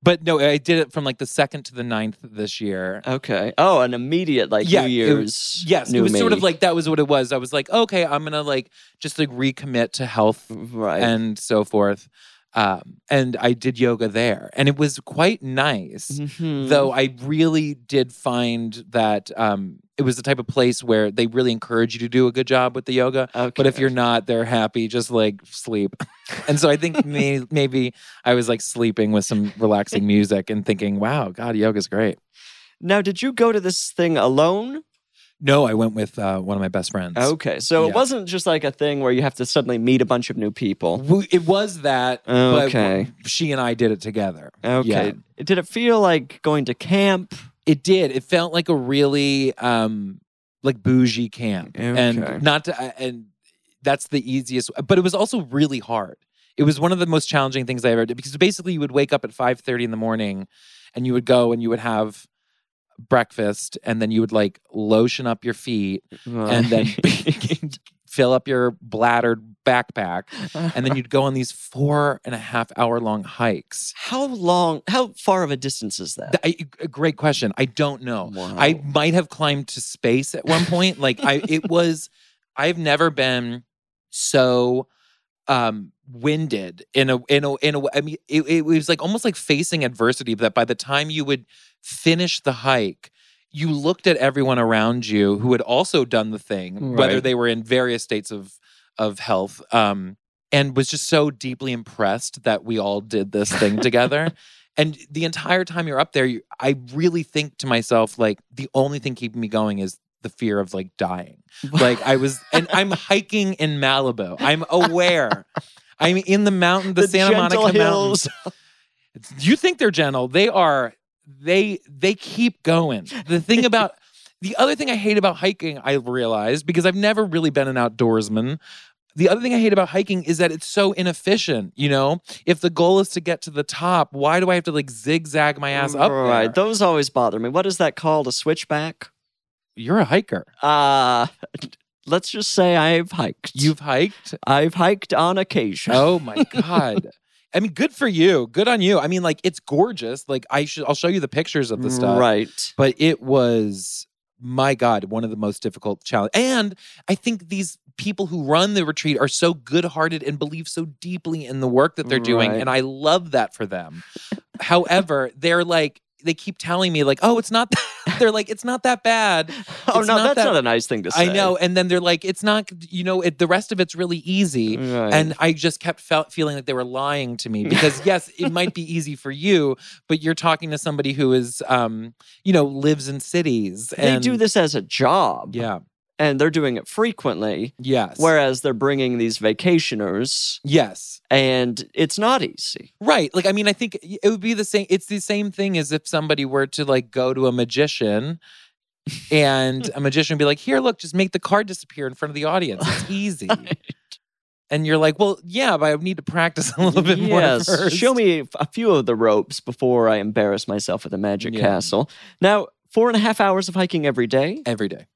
[SPEAKER 3] but no, I did it from like the second to the ninth this year.
[SPEAKER 2] okay. Oh, an immediate like
[SPEAKER 3] Yeah,
[SPEAKER 2] New
[SPEAKER 3] it was-
[SPEAKER 2] Year's.
[SPEAKER 3] Yes,
[SPEAKER 2] new
[SPEAKER 3] it was sort
[SPEAKER 2] me.
[SPEAKER 3] of like that was what it was. I was like, okay, I'm gonna like just like recommit to health
[SPEAKER 2] right.
[SPEAKER 3] and so forth. Um, and I did yoga there, and it was quite nice
[SPEAKER 2] Mhm.
[SPEAKER 3] though i really did find that um it was the type of place where they really encourage you to do a good job with the yoga.
[SPEAKER 2] Okay.
[SPEAKER 3] But if you're not, they're happy. Just like sleep. and so I think may, maybe I was like sleeping with some relaxing music and thinking, wow, God, yoga's great.
[SPEAKER 2] now, did you go to this thing alone?
[SPEAKER 3] No, I went with uh, one of my best friends.
[SPEAKER 2] Okay, so it
[SPEAKER 3] Yeah.
[SPEAKER 2] wasn't just like a thing where you have to suddenly meet a bunch of new people.
[SPEAKER 3] We- It was that. but
[SPEAKER 2] Okay.
[SPEAKER 3] she and I did it together.
[SPEAKER 2] Okay,
[SPEAKER 3] Yeah.
[SPEAKER 2] did it feel like going to camp?
[SPEAKER 3] It did. It felt like a really um like bougie camp,
[SPEAKER 2] Okay.
[SPEAKER 3] and not to, uh, and that's the easiest. But it was also really hard. It was one of the most challenging things I ever did because basically you would wake up at five thirty in the morning, and you would go and you would have breakfast, and then you would like lotion up your feet, and then fill up your bladdered backpack, and then you'd go on these four and a half hour long hikes.
[SPEAKER 2] how long? How far of a distance is that?
[SPEAKER 3] Th- I- a great question. I don't know.
[SPEAKER 2] Wow.
[SPEAKER 3] I might have climbed to space at one point. like I, it was. I've never been so um winded in a in a in a. I mean, it, it was like almost like facing adversity. That by the time you would finish the hike. You looked at everyone around you who had also done the thing, whether
[SPEAKER 2] Right.
[SPEAKER 3] they were in various states of of health, um, and was just so deeply impressed that we all did this thing together. And the entire time you're up there, you, I really think to myself, like, the only thing keeping me going is the fear of like dying. Like, I was, and I'm hiking in Malibu. I'm aware. I'm in the mountain, the, Santa
[SPEAKER 2] gentle
[SPEAKER 3] Monica
[SPEAKER 2] hills.
[SPEAKER 3] mountains. It's- You think they're gentle. They are, they, they keep going. The thing about, the other thing I hate about hiking, I realized, because I've never really been an outdoorsman. The other thing I hate about hiking is that it's so inefficient, you know? If the goal is to get to the top, why do I have to like zigzag my ass up?
[SPEAKER 2] Mm, right,
[SPEAKER 3] there?
[SPEAKER 2] those always bother me. What is that called? A switchback?
[SPEAKER 3] You're a hiker.
[SPEAKER 2] Uh let's just say I've hiked.
[SPEAKER 3] You've hiked?
[SPEAKER 2] I've hiked on occasion.
[SPEAKER 3] Oh my god. I mean, good for you. Good on you. I mean, like it's gorgeous. Like I should I'll show you the pictures of the stuff.
[SPEAKER 2] Right.
[SPEAKER 3] But it was my god, one of the most difficult challenge. And I think these people who run the retreat are so good-hearted and believe so deeply in the work that they're doing
[SPEAKER 2] Right.
[SPEAKER 3] and I love that for them. However, they're like they keep telling me like, "Oh, it's not that. they're like it's not that bad."
[SPEAKER 2] Oh
[SPEAKER 3] It's
[SPEAKER 2] no,
[SPEAKER 3] not
[SPEAKER 2] that's
[SPEAKER 3] that-
[SPEAKER 2] not a nice thing to
[SPEAKER 3] I
[SPEAKER 2] say.
[SPEAKER 3] know. And then they're like, "It's not, you know, it, the rest of it's really easy."
[SPEAKER 2] Right.
[SPEAKER 3] And I just kept felt feeling like they were lying to me because yes, it might be easy for you, but you're talking to somebody who is, um, you know, lives in cities.
[SPEAKER 2] they
[SPEAKER 3] and-
[SPEAKER 2] do this as a job.
[SPEAKER 3] Yeah.
[SPEAKER 2] And they're doing it frequently.
[SPEAKER 3] Yes.
[SPEAKER 2] Whereas they're bringing these vacationers,
[SPEAKER 3] Yes.
[SPEAKER 2] and it's not easy.
[SPEAKER 3] Right. Like I mean, I think it would be the same. It's the same thing as if somebody were to like go to a magician. and a magician would be like, "Here, look, just make the card disappear in front of the audience. It's easy." And you're like, "Well, yeah, but I need to practice a little bit more."
[SPEAKER 2] yes.
[SPEAKER 3] first."
[SPEAKER 2] Show me f- a few of the ropes before I embarrass myself at the Magic
[SPEAKER 3] Yeah.
[SPEAKER 2] Castle. Now, four and a half hours of hiking every day.
[SPEAKER 3] every day.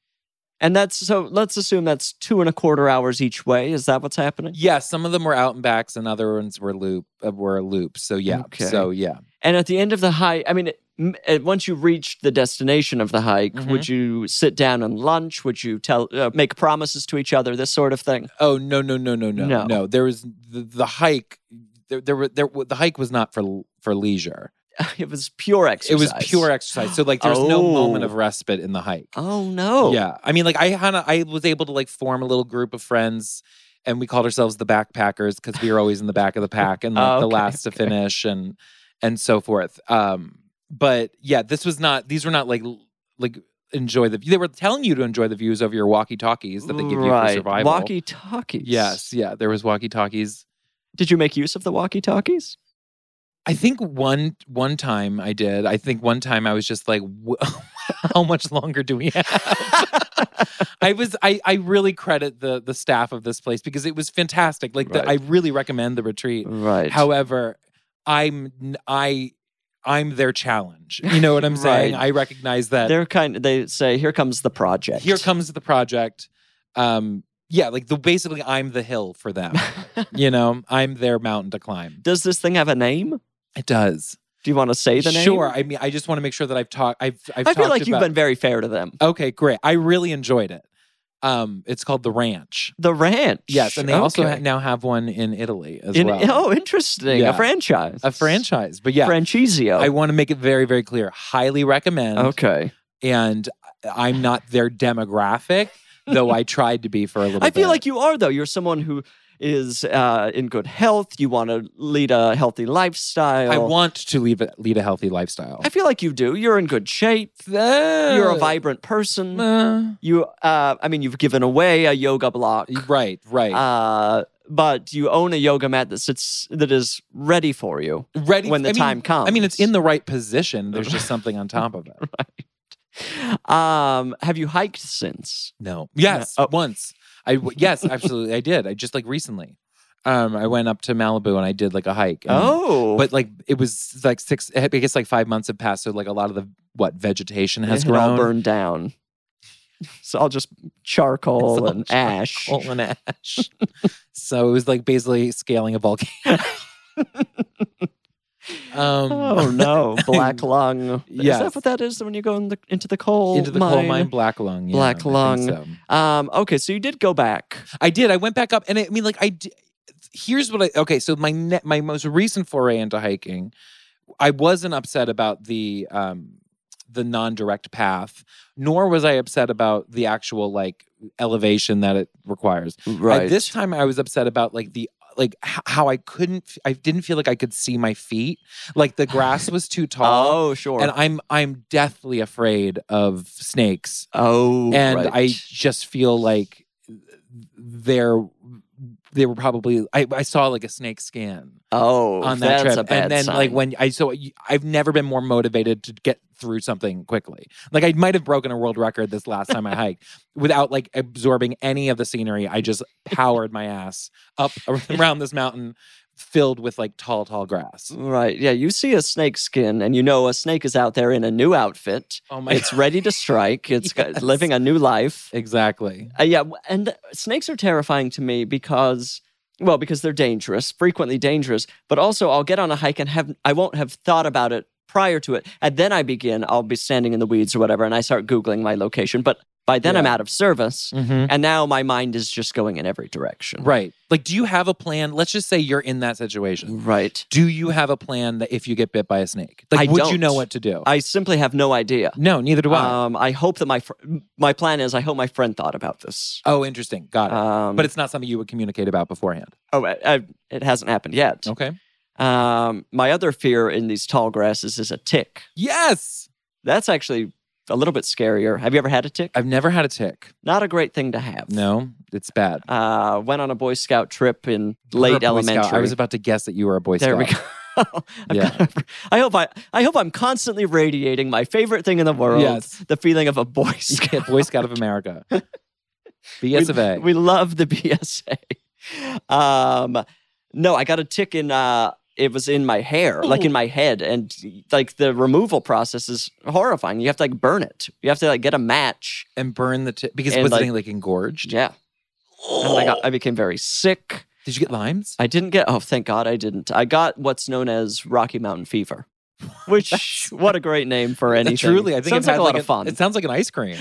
[SPEAKER 2] And that's so let's assume that's two and a quarter hours each way. Is that what's happening?
[SPEAKER 3] Yeah, some of them were out and backs, and other ones were loop uh, were loops. So yeah,
[SPEAKER 2] Okay.
[SPEAKER 3] so yeah,
[SPEAKER 2] And at the end of the hike, I mean, it- m- uh, once you reached the destination of the hike,
[SPEAKER 3] Mm-hmm.
[SPEAKER 2] would you sit down and lunch? Would you tell, uh, make promises to each other, this sort of thing?
[SPEAKER 3] Oh no no no no no
[SPEAKER 2] No.
[SPEAKER 3] no. there was the, the hike. There, there were there w- the hike was not for for leisure.
[SPEAKER 2] It was pure exercise.
[SPEAKER 3] It was pure exercise. So like there was no moment
[SPEAKER 2] Oh.
[SPEAKER 3] of respite in the hike.
[SPEAKER 2] Oh no!
[SPEAKER 3] Yeah, I mean like I had a, I was able to like form a little group of friends. And we called ourselves the backpackers because we were always in the back of the pack and like
[SPEAKER 2] Oh,
[SPEAKER 3] the
[SPEAKER 2] okay,
[SPEAKER 3] last to finish and and so forth. Um, but yeah, this was not; these were not like l- like enjoy the. They were telling you to enjoy the views over your walkie talkies that they give you for
[SPEAKER 2] right.
[SPEAKER 3] survival.
[SPEAKER 2] Walkie talkies.
[SPEAKER 3] Yes, yeah, there was walkie talkies.
[SPEAKER 2] Did you make use of the walkie talkies?
[SPEAKER 3] I think one one time I did. I think one time I was just like, "Wh- how much longer do we have? I was I I really credit the the staff of this place because it was fantastic. Like the, I
[SPEAKER 2] Right.
[SPEAKER 3] really recommend the retreat.
[SPEAKER 2] Right.
[SPEAKER 3] However, I'm n- I I'm their challenge. You know what I'm saying?
[SPEAKER 2] Right.
[SPEAKER 3] I recognize that.
[SPEAKER 2] they're kind. They say, "Here comes the project."
[SPEAKER 3] Here comes the project. Um, yeah, like the basically I'm the hill for them. you know, I'm their mountain to climb.
[SPEAKER 2] Does this thing have a name?
[SPEAKER 3] It does.
[SPEAKER 2] Do you want to say the name?
[SPEAKER 3] Sure. I mean, I just want to make sure that I've talked. I've, I've
[SPEAKER 2] I feel
[SPEAKER 3] talked
[SPEAKER 2] like you've
[SPEAKER 3] about-
[SPEAKER 2] been very fair to them.
[SPEAKER 3] Okay, great. I really enjoyed it. Um, it's called the Ranch.
[SPEAKER 2] The ranch.
[SPEAKER 3] Yes, and they also
[SPEAKER 2] Okay.
[SPEAKER 3] ha- now have one in Italy as
[SPEAKER 2] In-
[SPEAKER 3] well.
[SPEAKER 2] Oh, interesting. A
[SPEAKER 3] Yeah.
[SPEAKER 2] franchise.
[SPEAKER 3] a franchise. But yeah,
[SPEAKER 2] Franchisio.
[SPEAKER 3] I want to make it very, very clear. Highly recommend.
[SPEAKER 2] okay.
[SPEAKER 3] And I'm not their demographic, though I tried to be for a little
[SPEAKER 2] I
[SPEAKER 3] bit.
[SPEAKER 2] feel like you are though. You're someone who is uh, in good health. You want to lead a healthy lifestyle.
[SPEAKER 3] I want to leave a, lead a healthy lifestyle. Oh.
[SPEAKER 2] I feel like you do. You're in good shape. You're a vibrant person.
[SPEAKER 3] Uh,
[SPEAKER 2] you, uh, I mean, you've given away a yoga block,
[SPEAKER 3] right, right.
[SPEAKER 2] uh, but you own a yoga mat that sits that is ready for you.
[SPEAKER 3] Ready
[SPEAKER 2] when the
[SPEAKER 3] I mean-
[SPEAKER 2] time comes.
[SPEAKER 3] I mean, it's in the right position. There's just something on top of it.
[SPEAKER 2] Um, have you hiked since?
[SPEAKER 3] No. Yes,
[SPEAKER 2] Oh.
[SPEAKER 3] once. I w- yes, absolutely. I did. I just like recently. Um, I went up to Malibu and I did like a hike. and-
[SPEAKER 2] oh,
[SPEAKER 3] but like it was like six. I guess like five months have passed. So like a lot of the what vegetation has
[SPEAKER 2] it had all
[SPEAKER 3] grown.
[SPEAKER 2] burned down. It's all just charcoal
[SPEAKER 3] It's all
[SPEAKER 2] and ash.
[SPEAKER 3] Coal and ash. so it was like basically scaling a volcano. um,
[SPEAKER 2] Oh no, black lung. Is that
[SPEAKER 3] Yes.
[SPEAKER 2] what that is when you go in the, into the coal
[SPEAKER 3] into the
[SPEAKER 2] Oh, mine?
[SPEAKER 3] coal mine, black lung. yeah,
[SPEAKER 2] Black
[SPEAKER 3] I think
[SPEAKER 2] lung.
[SPEAKER 3] so.
[SPEAKER 2] Um, okay, so you did go back.
[SPEAKER 3] I did. I went back up, and I, I mean, like, I d- here's what I okay. So my ne- my most recent foray into hiking, I wasn't upset about the um the non direct path, nor was I upset about the actual like elevation that it requires. I-
[SPEAKER 2] Right.
[SPEAKER 3] this time I was upset about like the like h- how I couldn't f- I didn't feel like I could see my feet. Like the grass was too tall.
[SPEAKER 2] oh sure.
[SPEAKER 3] And I'm I'm deathly afraid of snakes
[SPEAKER 2] oh
[SPEAKER 3] and
[SPEAKER 2] right.
[SPEAKER 3] I just feel like there they were probably I, I saw like a snake skin
[SPEAKER 2] oh
[SPEAKER 3] on that
[SPEAKER 2] that's
[SPEAKER 3] trip
[SPEAKER 2] a bad
[SPEAKER 3] and then
[SPEAKER 2] sign.
[SPEAKER 3] like when I so I've never been more motivated to get through something quickly like I might have broken a world record this last time I hiked without like absorbing any of the scenery I just powered my ass up around this mountain filled with like tall tall grass
[SPEAKER 2] right yeah you see a snake skin and you know a snake is out there in a new outfit.
[SPEAKER 3] oh my
[SPEAKER 2] It's ready to strike. It's got-
[SPEAKER 3] Yes.
[SPEAKER 2] living a new life.
[SPEAKER 3] exactly
[SPEAKER 2] Uh, yeah, w- and snakes are terrifying to me because well, because they're dangerous, frequently dangerous, but also I'll get on a hike and have I won't have thought about it prior to it. And then I begin, I'll be standing in the weeds or whatever and I start googling my location, but by then I'm
[SPEAKER 3] Yeah.
[SPEAKER 2] out of service.
[SPEAKER 3] mm-hmm.
[SPEAKER 2] And now my mind is just going in every direction.
[SPEAKER 3] right like do you have a plan let's just say you're in that situation
[SPEAKER 2] Right.
[SPEAKER 3] do you have a plan that if you get bit by a snake, like
[SPEAKER 2] I
[SPEAKER 3] would you
[SPEAKER 2] don't.
[SPEAKER 3] know what to do?
[SPEAKER 2] I simply have no idea.
[SPEAKER 3] no, Oh, neither do I.
[SPEAKER 2] Um, I hope that my fr- my plan is I hope my friend thought about this.
[SPEAKER 3] oh, interesting. Got it.
[SPEAKER 2] Um,
[SPEAKER 3] but it's not something you would communicate about beforehand.
[SPEAKER 2] oh, I, I, it hasn't happened yet.
[SPEAKER 3] Okay.
[SPEAKER 2] Um, my other fear in these tall grasses is a tick.
[SPEAKER 3] Yes.
[SPEAKER 2] That's actually a little bit scarier. Have you ever had a tick?
[SPEAKER 3] I've never had a tick.
[SPEAKER 2] Not a great thing to have.
[SPEAKER 3] No, it's bad.
[SPEAKER 2] Uh, went on a Boy Scout trip in
[SPEAKER 3] You were a
[SPEAKER 2] late
[SPEAKER 3] Boy Scout.
[SPEAKER 2] elementary.
[SPEAKER 3] I was about to guess that you were a boy
[SPEAKER 2] there we
[SPEAKER 3] scout.
[SPEAKER 2] go. I've
[SPEAKER 3] Yeah.
[SPEAKER 2] got a- I hope I, I hope I'm constantly radiating my favorite thing in the world,
[SPEAKER 3] Yes.
[SPEAKER 2] the feeling of a Boy
[SPEAKER 3] You
[SPEAKER 2] Scout.
[SPEAKER 3] get boy scout of America. BS of
[SPEAKER 2] we,
[SPEAKER 3] A.
[SPEAKER 2] we love the BSA. Um, no, I got a tick in. Uh, it was in my hair, like in my head, and like the removal process is horrifying. You have to like burn it. You have to like get a match.
[SPEAKER 3] and burn the tick because
[SPEAKER 2] And,
[SPEAKER 3] was
[SPEAKER 2] like-
[SPEAKER 3] it like engorged?
[SPEAKER 2] Yeah. And I got. I became very sick.
[SPEAKER 3] Did you get limes?
[SPEAKER 2] I didn't get. Oh, thank God, I didn't. I got what's known as Rocky Mountain fever. Which what a great name for anything.
[SPEAKER 3] Truly, I think
[SPEAKER 2] sounds
[SPEAKER 3] it
[SPEAKER 2] like
[SPEAKER 3] had
[SPEAKER 2] a lot
[SPEAKER 3] like
[SPEAKER 2] of fun.
[SPEAKER 3] It sounds like an ice cream.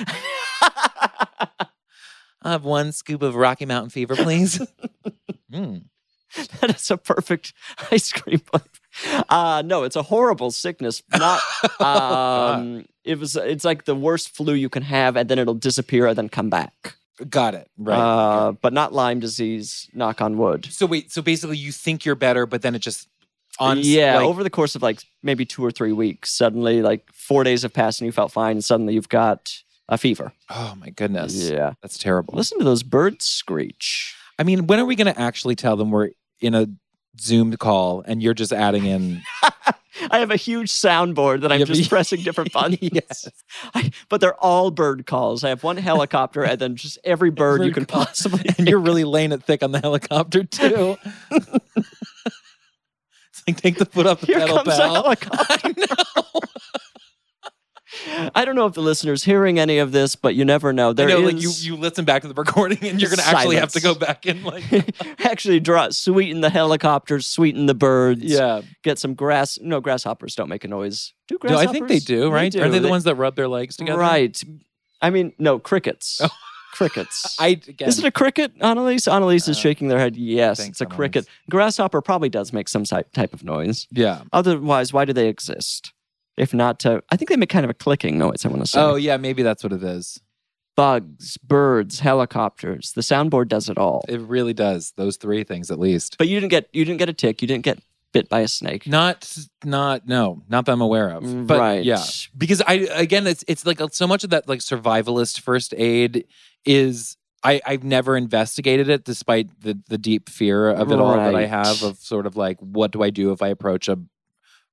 [SPEAKER 3] I have one scoop of Rocky Mountain Fever, please. Mm.
[SPEAKER 2] that is a perfect ice cream bun. Uh, no, it's a horrible sickness. Not um, it was. It's like the worst flu you can have, and then it'll disappear and then come back.
[SPEAKER 3] Got it. Right.
[SPEAKER 2] Uh, but not Lyme disease. Knock on wood.
[SPEAKER 3] So wait, so basically you think you're better, but then it just on
[SPEAKER 2] yeah,
[SPEAKER 3] like,
[SPEAKER 2] over the course of like maybe two or three weeks, suddenly like four days have passed and you felt fine, and suddenly you've got a fever.
[SPEAKER 3] oh my goodness,
[SPEAKER 2] Yeah.
[SPEAKER 3] that's terrible.
[SPEAKER 2] Listen to those birds screech.
[SPEAKER 3] I mean, when are we going to actually tell them we're in a Zoom call and you're just adding in?
[SPEAKER 2] I have a huge soundboard that I'm
[SPEAKER 3] Yeah, but-
[SPEAKER 2] just pressing different buttons.
[SPEAKER 3] Yes.
[SPEAKER 2] I, but they're all bird calls. I have one helicopter and then just every bird you
[SPEAKER 3] Bird
[SPEAKER 2] can
[SPEAKER 3] call.
[SPEAKER 2] possibly.
[SPEAKER 3] and you're really laying it thick on the helicopter too. it's like take the foot off the
[SPEAKER 2] Here
[SPEAKER 3] pedal,
[SPEAKER 2] comes a
[SPEAKER 3] pal.
[SPEAKER 2] helicopter.
[SPEAKER 3] I know.
[SPEAKER 2] I don't know if the listener's hearing any of this, but you never know.
[SPEAKER 3] I
[SPEAKER 2] There
[SPEAKER 3] know, like you,
[SPEAKER 2] is-
[SPEAKER 3] you listen back to the recording and you're going to actually have to go
[SPEAKER 2] Silence.
[SPEAKER 3] back and like,
[SPEAKER 2] actually draw sweeten the helicopters, sweeten the birds.
[SPEAKER 3] yeah.
[SPEAKER 2] Get some grass. No, grasshoppers don't make a noise. Do
[SPEAKER 3] No,
[SPEAKER 2] grasshoppers?
[SPEAKER 3] I think they do, right? Aren't they the ones that rub their legs together?
[SPEAKER 2] Right. I mean, no, crickets.
[SPEAKER 3] Oh.
[SPEAKER 2] crickets.
[SPEAKER 3] I again,
[SPEAKER 2] Is it a cricket, Annalise? Annalise is
[SPEAKER 3] Uh,
[SPEAKER 2] shaking their head. Yes,
[SPEAKER 3] thanks,
[SPEAKER 2] it's a cricket. Grasshopper probably does make some si- type of noise.
[SPEAKER 3] yeah.
[SPEAKER 2] Otherwise, why do they exist? if not to, I think they make kind of a clicking noise, I want to say.
[SPEAKER 3] Oh yeah, maybe that's what it is.
[SPEAKER 2] Bugs, birds, helicopters. The soundboard does it all.
[SPEAKER 3] It really does those three things at least.
[SPEAKER 2] But you didn't get you didn't get a tick. You didn't get bit by a snake.
[SPEAKER 3] Not, not, no, not that I'm aware of. But
[SPEAKER 2] right.
[SPEAKER 3] yeah, because I again, it's it's like so much of that like survivalist first aid is I I've never investigated it, despite the the deep fear of it all that I
[SPEAKER 2] Right.
[SPEAKER 3] have of sort of like what do I do if I approach a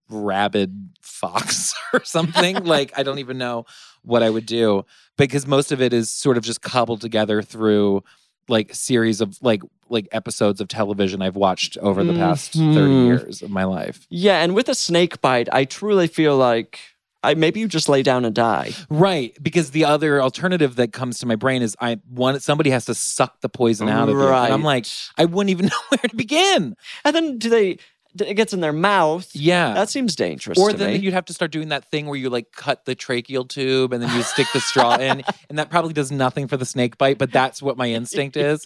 [SPEAKER 3] rabid fox or something? like I don't even know what I would do because most of it is sort of just cobbled together through like series of like like episodes of television I've watched over the past 30
[SPEAKER 2] Mhm.
[SPEAKER 3] years of my life.
[SPEAKER 2] Yeah, and with a snake bite, I truly feel like I maybe you just lay down and die.
[SPEAKER 3] Right, because the other alternative that comes to my brain is I one somebody has to suck the poison out of you.
[SPEAKER 2] Right.
[SPEAKER 3] And I'm like, I wouldn't even know where to begin.
[SPEAKER 2] And then do they? It gets in their mouth.
[SPEAKER 3] Yeah.
[SPEAKER 2] That seems dangerous.
[SPEAKER 3] or
[SPEAKER 2] to
[SPEAKER 3] then
[SPEAKER 2] me.
[SPEAKER 3] you'd have to start doing that thing where you like cut the tracheal tube and then you stick the straw in, and that probably does nothing for the snake bite. But that's what my instinct is,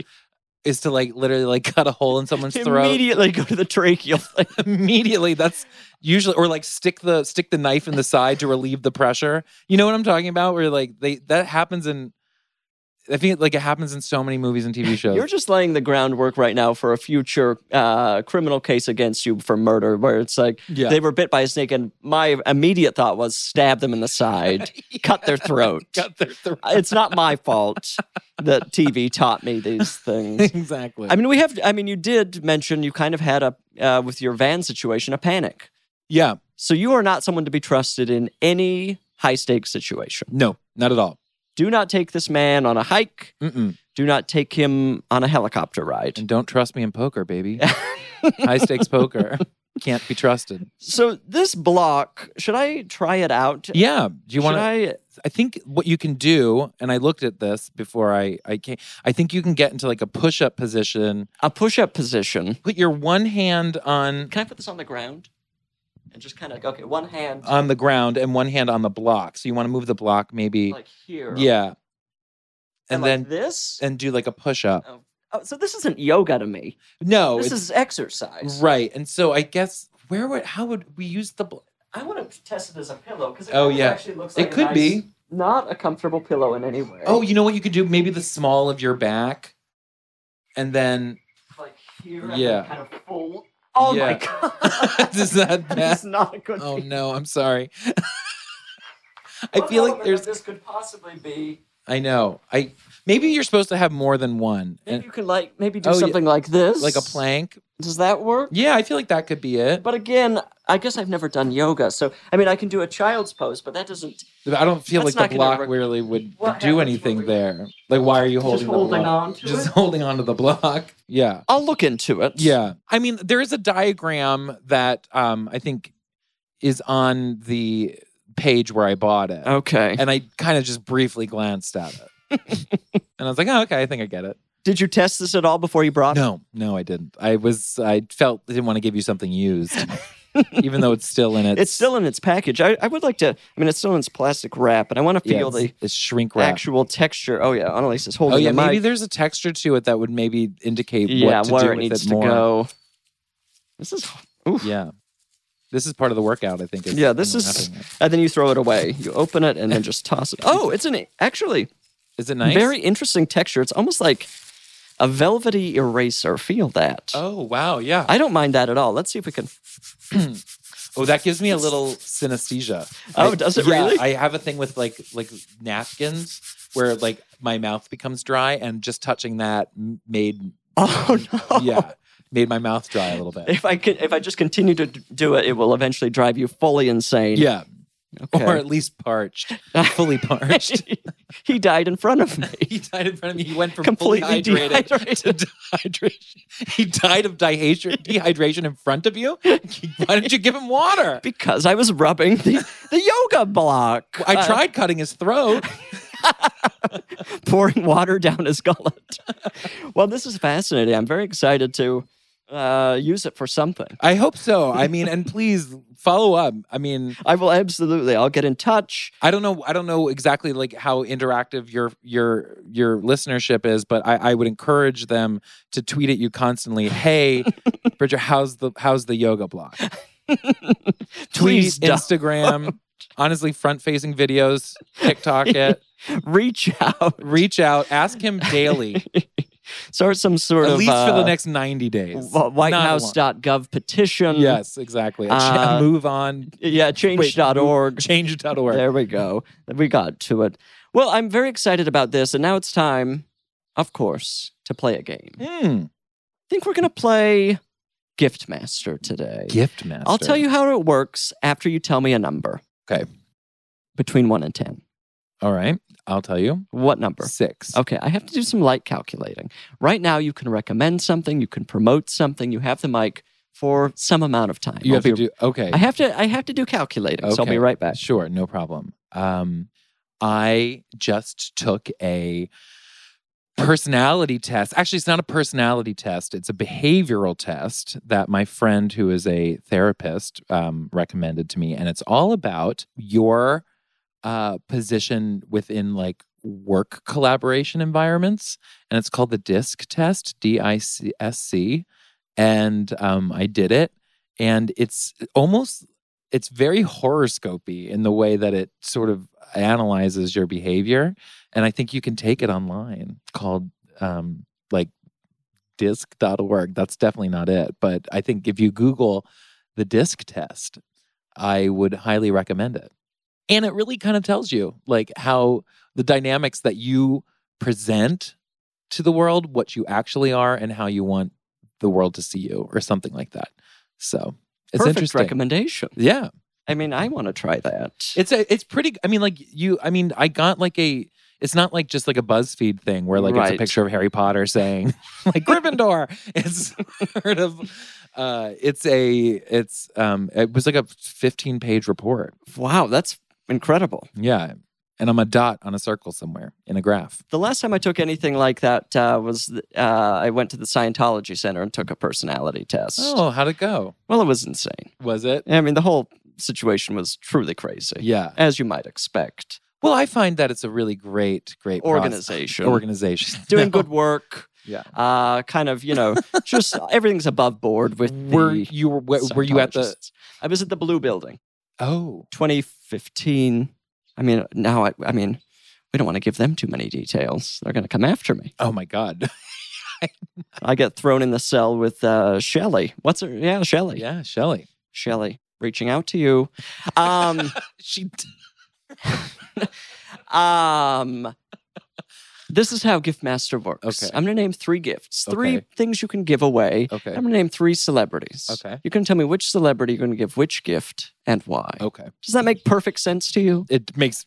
[SPEAKER 3] is to like literally like cut a hole in someone's throat
[SPEAKER 2] immediately go to the tracheal thing.
[SPEAKER 3] immediately. That's usually or like stick the stick the knife in the side to relieve the pressure. You know what I'm talking about? Where like they that happens in. I think like it happens in so many movies and TV shows.
[SPEAKER 2] You're just laying the groundwork right now for a future uh, criminal case against you for murder, where it's like
[SPEAKER 3] Yeah.
[SPEAKER 2] they were bit by a snake, and my immediate thought was stab them in the side, cut their throat. Uh,
[SPEAKER 3] cut their throat.
[SPEAKER 2] It's not my fault that TV taught me these things.
[SPEAKER 3] exactly.
[SPEAKER 2] I mean, we have. I mean, you did mention you kind of had a uh, with your van situation a panic.
[SPEAKER 3] yeah.
[SPEAKER 2] So you are not someone to be trusted in any high stakes situation.
[SPEAKER 3] No, not at all.
[SPEAKER 2] Do not take this man on a hike.
[SPEAKER 3] Mm-mm.
[SPEAKER 2] Do not take him on a helicopter ride.
[SPEAKER 3] And don't trust me in poker, baby. High stakes poker can't be trusted.
[SPEAKER 2] So this block, should I try it out?
[SPEAKER 3] Yeah. Do you want
[SPEAKER 2] Should I?
[SPEAKER 3] to? I think what you can do, and I looked at this before I, I came, I think you can get into like a push up position.
[SPEAKER 2] A push-up position.
[SPEAKER 3] Put your one hand on
[SPEAKER 2] Can I put this on the ground? And just kind of okay, one hand
[SPEAKER 3] on the ground and one hand on the block. So you want to move the block maybe.
[SPEAKER 2] like here.
[SPEAKER 3] yeah. And,
[SPEAKER 2] like
[SPEAKER 3] then
[SPEAKER 2] this.
[SPEAKER 3] and do like a push up.
[SPEAKER 2] oh, so this isn't yoga to me.
[SPEAKER 3] No,
[SPEAKER 2] this
[SPEAKER 3] Oh, it's
[SPEAKER 2] is exercise.
[SPEAKER 3] right. And so I guess where would how would we use the bl-
[SPEAKER 2] I want to test it as a pillow because it
[SPEAKER 3] Oh,
[SPEAKER 2] kind of
[SPEAKER 3] yeah.
[SPEAKER 2] actually looks
[SPEAKER 3] It
[SPEAKER 2] like a
[SPEAKER 3] could
[SPEAKER 2] nice-
[SPEAKER 3] be.
[SPEAKER 2] not a comfortable pillow in any way.
[SPEAKER 3] Oh, you know what you could do? Maybe the small of your back. And then
[SPEAKER 2] like here, and
[SPEAKER 3] Yeah.
[SPEAKER 2] then kind of full. Oh my
[SPEAKER 3] Yeah.
[SPEAKER 2] god,
[SPEAKER 3] is that bad?
[SPEAKER 2] that's not a good.
[SPEAKER 3] Oh
[SPEAKER 2] feeling.
[SPEAKER 3] no, I'm sorry. I
[SPEAKER 2] What
[SPEAKER 3] feel like
[SPEAKER 2] element of
[SPEAKER 3] there's
[SPEAKER 2] Oh, this could possibly be.
[SPEAKER 3] I know. I maybe you're supposed to have more than one.
[SPEAKER 2] Maybe
[SPEAKER 3] And,
[SPEAKER 2] you could like maybe do
[SPEAKER 3] Oh, yeah.
[SPEAKER 2] something like this,
[SPEAKER 3] like a plank.
[SPEAKER 2] Does that work?
[SPEAKER 3] Yeah, I feel like that could be it.
[SPEAKER 2] But again, I guess I've never done yoga, so I mean, I can do a child's pose, but that doesn't
[SPEAKER 3] But I don't feel
[SPEAKER 2] That's
[SPEAKER 3] like the
[SPEAKER 2] not gonna
[SPEAKER 3] block
[SPEAKER 2] work.
[SPEAKER 3] really would
[SPEAKER 2] What happens
[SPEAKER 3] do
[SPEAKER 2] when
[SPEAKER 3] anything
[SPEAKER 2] we-
[SPEAKER 3] there. Like why are you holding the
[SPEAKER 2] holding
[SPEAKER 3] block?
[SPEAKER 2] on to
[SPEAKER 3] Just
[SPEAKER 2] it?
[SPEAKER 3] holding on to the block. Yeah.
[SPEAKER 2] I'll look into it.
[SPEAKER 3] Yeah. I mean, there is a diagram that um I think is on the page where I bought it.
[SPEAKER 2] Okay.
[SPEAKER 3] And I kind of just briefly glanced at it. and I was like, oh, okay, I think I get it.
[SPEAKER 2] Did you test this at all before you brought?
[SPEAKER 3] No, no, I didn't. I was, I felt, I didn't want to give you something used, even though it's still in its.
[SPEAKER 2] It's still in its package. I, I would like to. I mean, it's still in its plastic wrap, and I want to
[SPEAKER 3] yeah,
[SPEAKER 2] feel
[SPEAKER 3] it's,
[SPEAKER 2] the
[SPEAKER 3] it's shrink wrap.
[SPEAKER 2] actual texture. Oh yeah, Annalise is holding
[SPEAKER 3] oh yeah,
[SPEAKER 2] the mic.
[SPEAKER 3] maybe there's a texture to it that would maybe indicate
[SPEAKER 2] yeah,
[SPEAKER 3] what to
[SPEAKER 2] where
[SPEAKER 3] do
[SPEAKER 2] it
[SPEAKER 3] with
[SPEAKER 2] needs
[SPEAKER 3] it
[SPEAKER 2] to
[SPEAKER 3] more.
[SPEAKER 2] go. This is. Oof.
[SPEAKER 3] Yeah, this is part of the workout. I think. Is
[SPEAKER 2] Yeah, this is.
[SPEAKER 3] unwrapping it.
[SPEAKER 2] And then you throw it away. You open it and then just toss it. Oh, it's an actually
[SPEAKER 3] Is it nice?
[SPEAKER 2] very interesting texture. It's almost like a velvety eraser. Feel that.
[SPEAKER 3] Oh wow, yeah.
[SPEAKER 2] I don't mind that at all. Let's see if we can.
[SPEAKER 3] oh, that gives me a little synesthesia.
[SPEAKER 2] Oh,
[SPEAKER 3] I-
[SPEAKER 2] does it
[SPEAKER 3] yeah,
[SPEAKER 2] really?
[SPEAKER 3] I have a thing with like like napkins where like my mouth becomes dry, and just touching that m- made
[SPEAKER 2] Oh no.
[SPEAKER 3] yeah made my mouth dry a little bit.
[SPEAKER 2] If I can, if I just continue to d- do it, it will eventually drive you fully insane.
[SPEAKER 3] Yeah. Or
[SPEAKER 2] Okay.
[SPEAKER 3] at least parched, fully parched.
[SPEAKER 2] he died in front of me.
[SPEAKER 3] he died in front of me. He went from
[SPEAKER 2] Completely
[SPEAKER 3] fully hydrated
[SPEAKER 2] dehydrated.
[SPEAKER 3] to dehydration. He died of dehydration, dehydration in front of you. Why didn't you give him water?
[SPEAKER 2] because I was rubbing the, the yoga block. Uh,
[SPEAKER 3] I tried cutting his throat.
[SPEAKER 2] pouring water down his gullet. well, this is fascinating. I'm very excited to uh, use it for something.
[SPEAKER 3] I hope so. I mean, and please follow up. I mean,
[SPEAKER 2] I will absolutely. I'll get in touch.
[SPEAKER 3] I don't know. I don't know exactly like how interactive your your your listenership is, but I, I would encourage them to tweet at you constantly. Hey, Bridger, how's the how's the yoga block? Tweet,
[SPEAKER 2] Please don't.
[SPEAKER 3] Instagram. Honestly, front facing videos, TikTok it,
[SPEAKER 2] Reach out.
[SPEAKER 3] reach out, ask him daily,
[SPEAKER 2] Start some sort
[SPEAKER 3] at
[SPEAKER 2] of
[SPEAKER 3] least for
[SPEAKER 2] uh,
[SPEAKER 3] the next 90 days.
[SPEAKER 2] Wh-
[SPEAKER 3] Not a long-
[SPEAKER 2] whitehouse.gov petition.
[SPEAKER 3] Yes, exactly. A cha-
[SPEAKER 2] Uh,
[SPEAKER 3] move on.
[SPEAKER 2] Yeah, change.org.
[SPEAKER 3] Change.org.
[SPEAKER 2] There we go. We got to it. Well, I'm very excited about this, and now it's time, of course, to play a game. I
[SPEAKER 3] Hmm.
[SPEAKER 2] think we're going to play Gift Master today.
[SPEAKER 3] Gift master.
[SPEAKER 2] I'll tell you how it works after you tell me a number.
[SPEAKER 3] Okay.
[SPEAKER 2] Between 1 and 10.
[SPEAKER 3] All right. I'll tell you.
[SPEAKER 2] What number?
[SPEAKER 3] Six.
[SPEAKER 2] Okay, I have to do some light calculating. Right now, you can recommend something, you can promote something, you have the mic for some amount of time.
[SPEAKER 3] You
[SPEAKER 2] I'll
[SPEAKER 3] have to
[SPEAKER 2] be-
[SPEAKER 3] do. Okay.
[SPEAKER 2] I have to. I have to do calculating. So I'll be
[SPEAKER 3] Okay.
[SPEAKER 2] right back.
[SPEAKER 3] Sure, no problem. Um, I just took a personality test. Actually, it's not a personality test, it's a behavioral test that my friend, who is a therapist, um, recommended to me. And it's all about your uh, position within like work collaboration environments. And it's called the DISC test, D I C S C. And um, I did it. And it's almost it's very horoscopy in the way that it sort of analyzes your behavior and i think you can take it online It's called um, like disc.org that's definitely not it but i think if you google the disc test i would highly recommend it and it really kind of tells you like how the dynamics that you present to the world what you actually are and how you want the world to see you or something like that so it's
[SPEAKER 2] Perfect
[SPEAKER 3] interesting
[SPEAKER 2] recommendation.
[SPEAKER 3] yeah
[SPEAKER 2] I mean, I want to try that.
[SPEAKER 3] it's a, it's pretty. I mean, like you. I mean, I got like a. It's not like just like a BuzzFeed thing where like it's a
[SPEAKER 2] Right.
[SPEAKER 3] picture of Harry Potter saying like Gryffindor. It's sort of. Uh, it's a. It's um. It was like a fifteen page report.
[SPEAKER 2] wow, that's incredible.
[SPEAKER 3] Yeah, and I'm a dot on a circle somewhere in a graph.
[SPEAKER 2] The last time I took anything like that uh, was uh, I went to the Scientology Center and took a personality test.
[SPEAKER 3] Oh, how'd it go?
[SPEAKER 2] Well, it was insane.
[SPEAKER 3] Was it?
[SPEAKER 2] I mean, the whole situation was truly crazy,
[SPEAKER 3] Yeah.
[SPEAKER 2] as you might expect.
[SPEAKER 3] Well, I find that it's a really great, great process-
[SPEAKER 2] Organization.
[SPEAKER 3] Organization.
[SPEAKER 2] Doing
[SPEAKER 3] No.
[SPEAKER 2] good work,
[SPEAKER 3] Yeah.
[SPEAKER 2] uh, kind of, you know, just everything's above board with
[SPEAKER 3] Were
[SPEAKER 2] the.
[SPEAKER 3] you were, were you at the?
[SPEAKER 2] Scientologists. I was at the Blue Building.
[SPEAKER 3] Oh,
[SPEAKER 2] 2015. I mean, now I, I mean, we don't want to give them too many details. They're going to come after me.
[SPEAKER 3] oh my God.
[SPEAKER 2] I get thrown in the cell with uh, Shelly. What's her? Yeah, Shelly.
[SPEAKER 3] yeah, Shelly.
[SPEAKER 2] Shelly reaching out to you. Um,
[SPEAKER 3] She.
[SPEAKER 2] um, this is how Gift Master works.
[SPEAKER 3] Okay.
[SPEAKER 2] I'm going to name three gifts, three
[SPEAKER 3] Okay.
[SPEAKER 2] things you can give away.
[SPEAKER 3] Okay.
[SPEAKER 2] I'm going to name three celebrities.
[SPEAKER 3] Okay.
[SPEAKER 2] You're going to tell me which celebrity you're going to give which gift and why.
[SPEAKER 3] Okay.
[SPEAKER 2] Does that make perfect sense to you?
[SPEAKER 3] It makes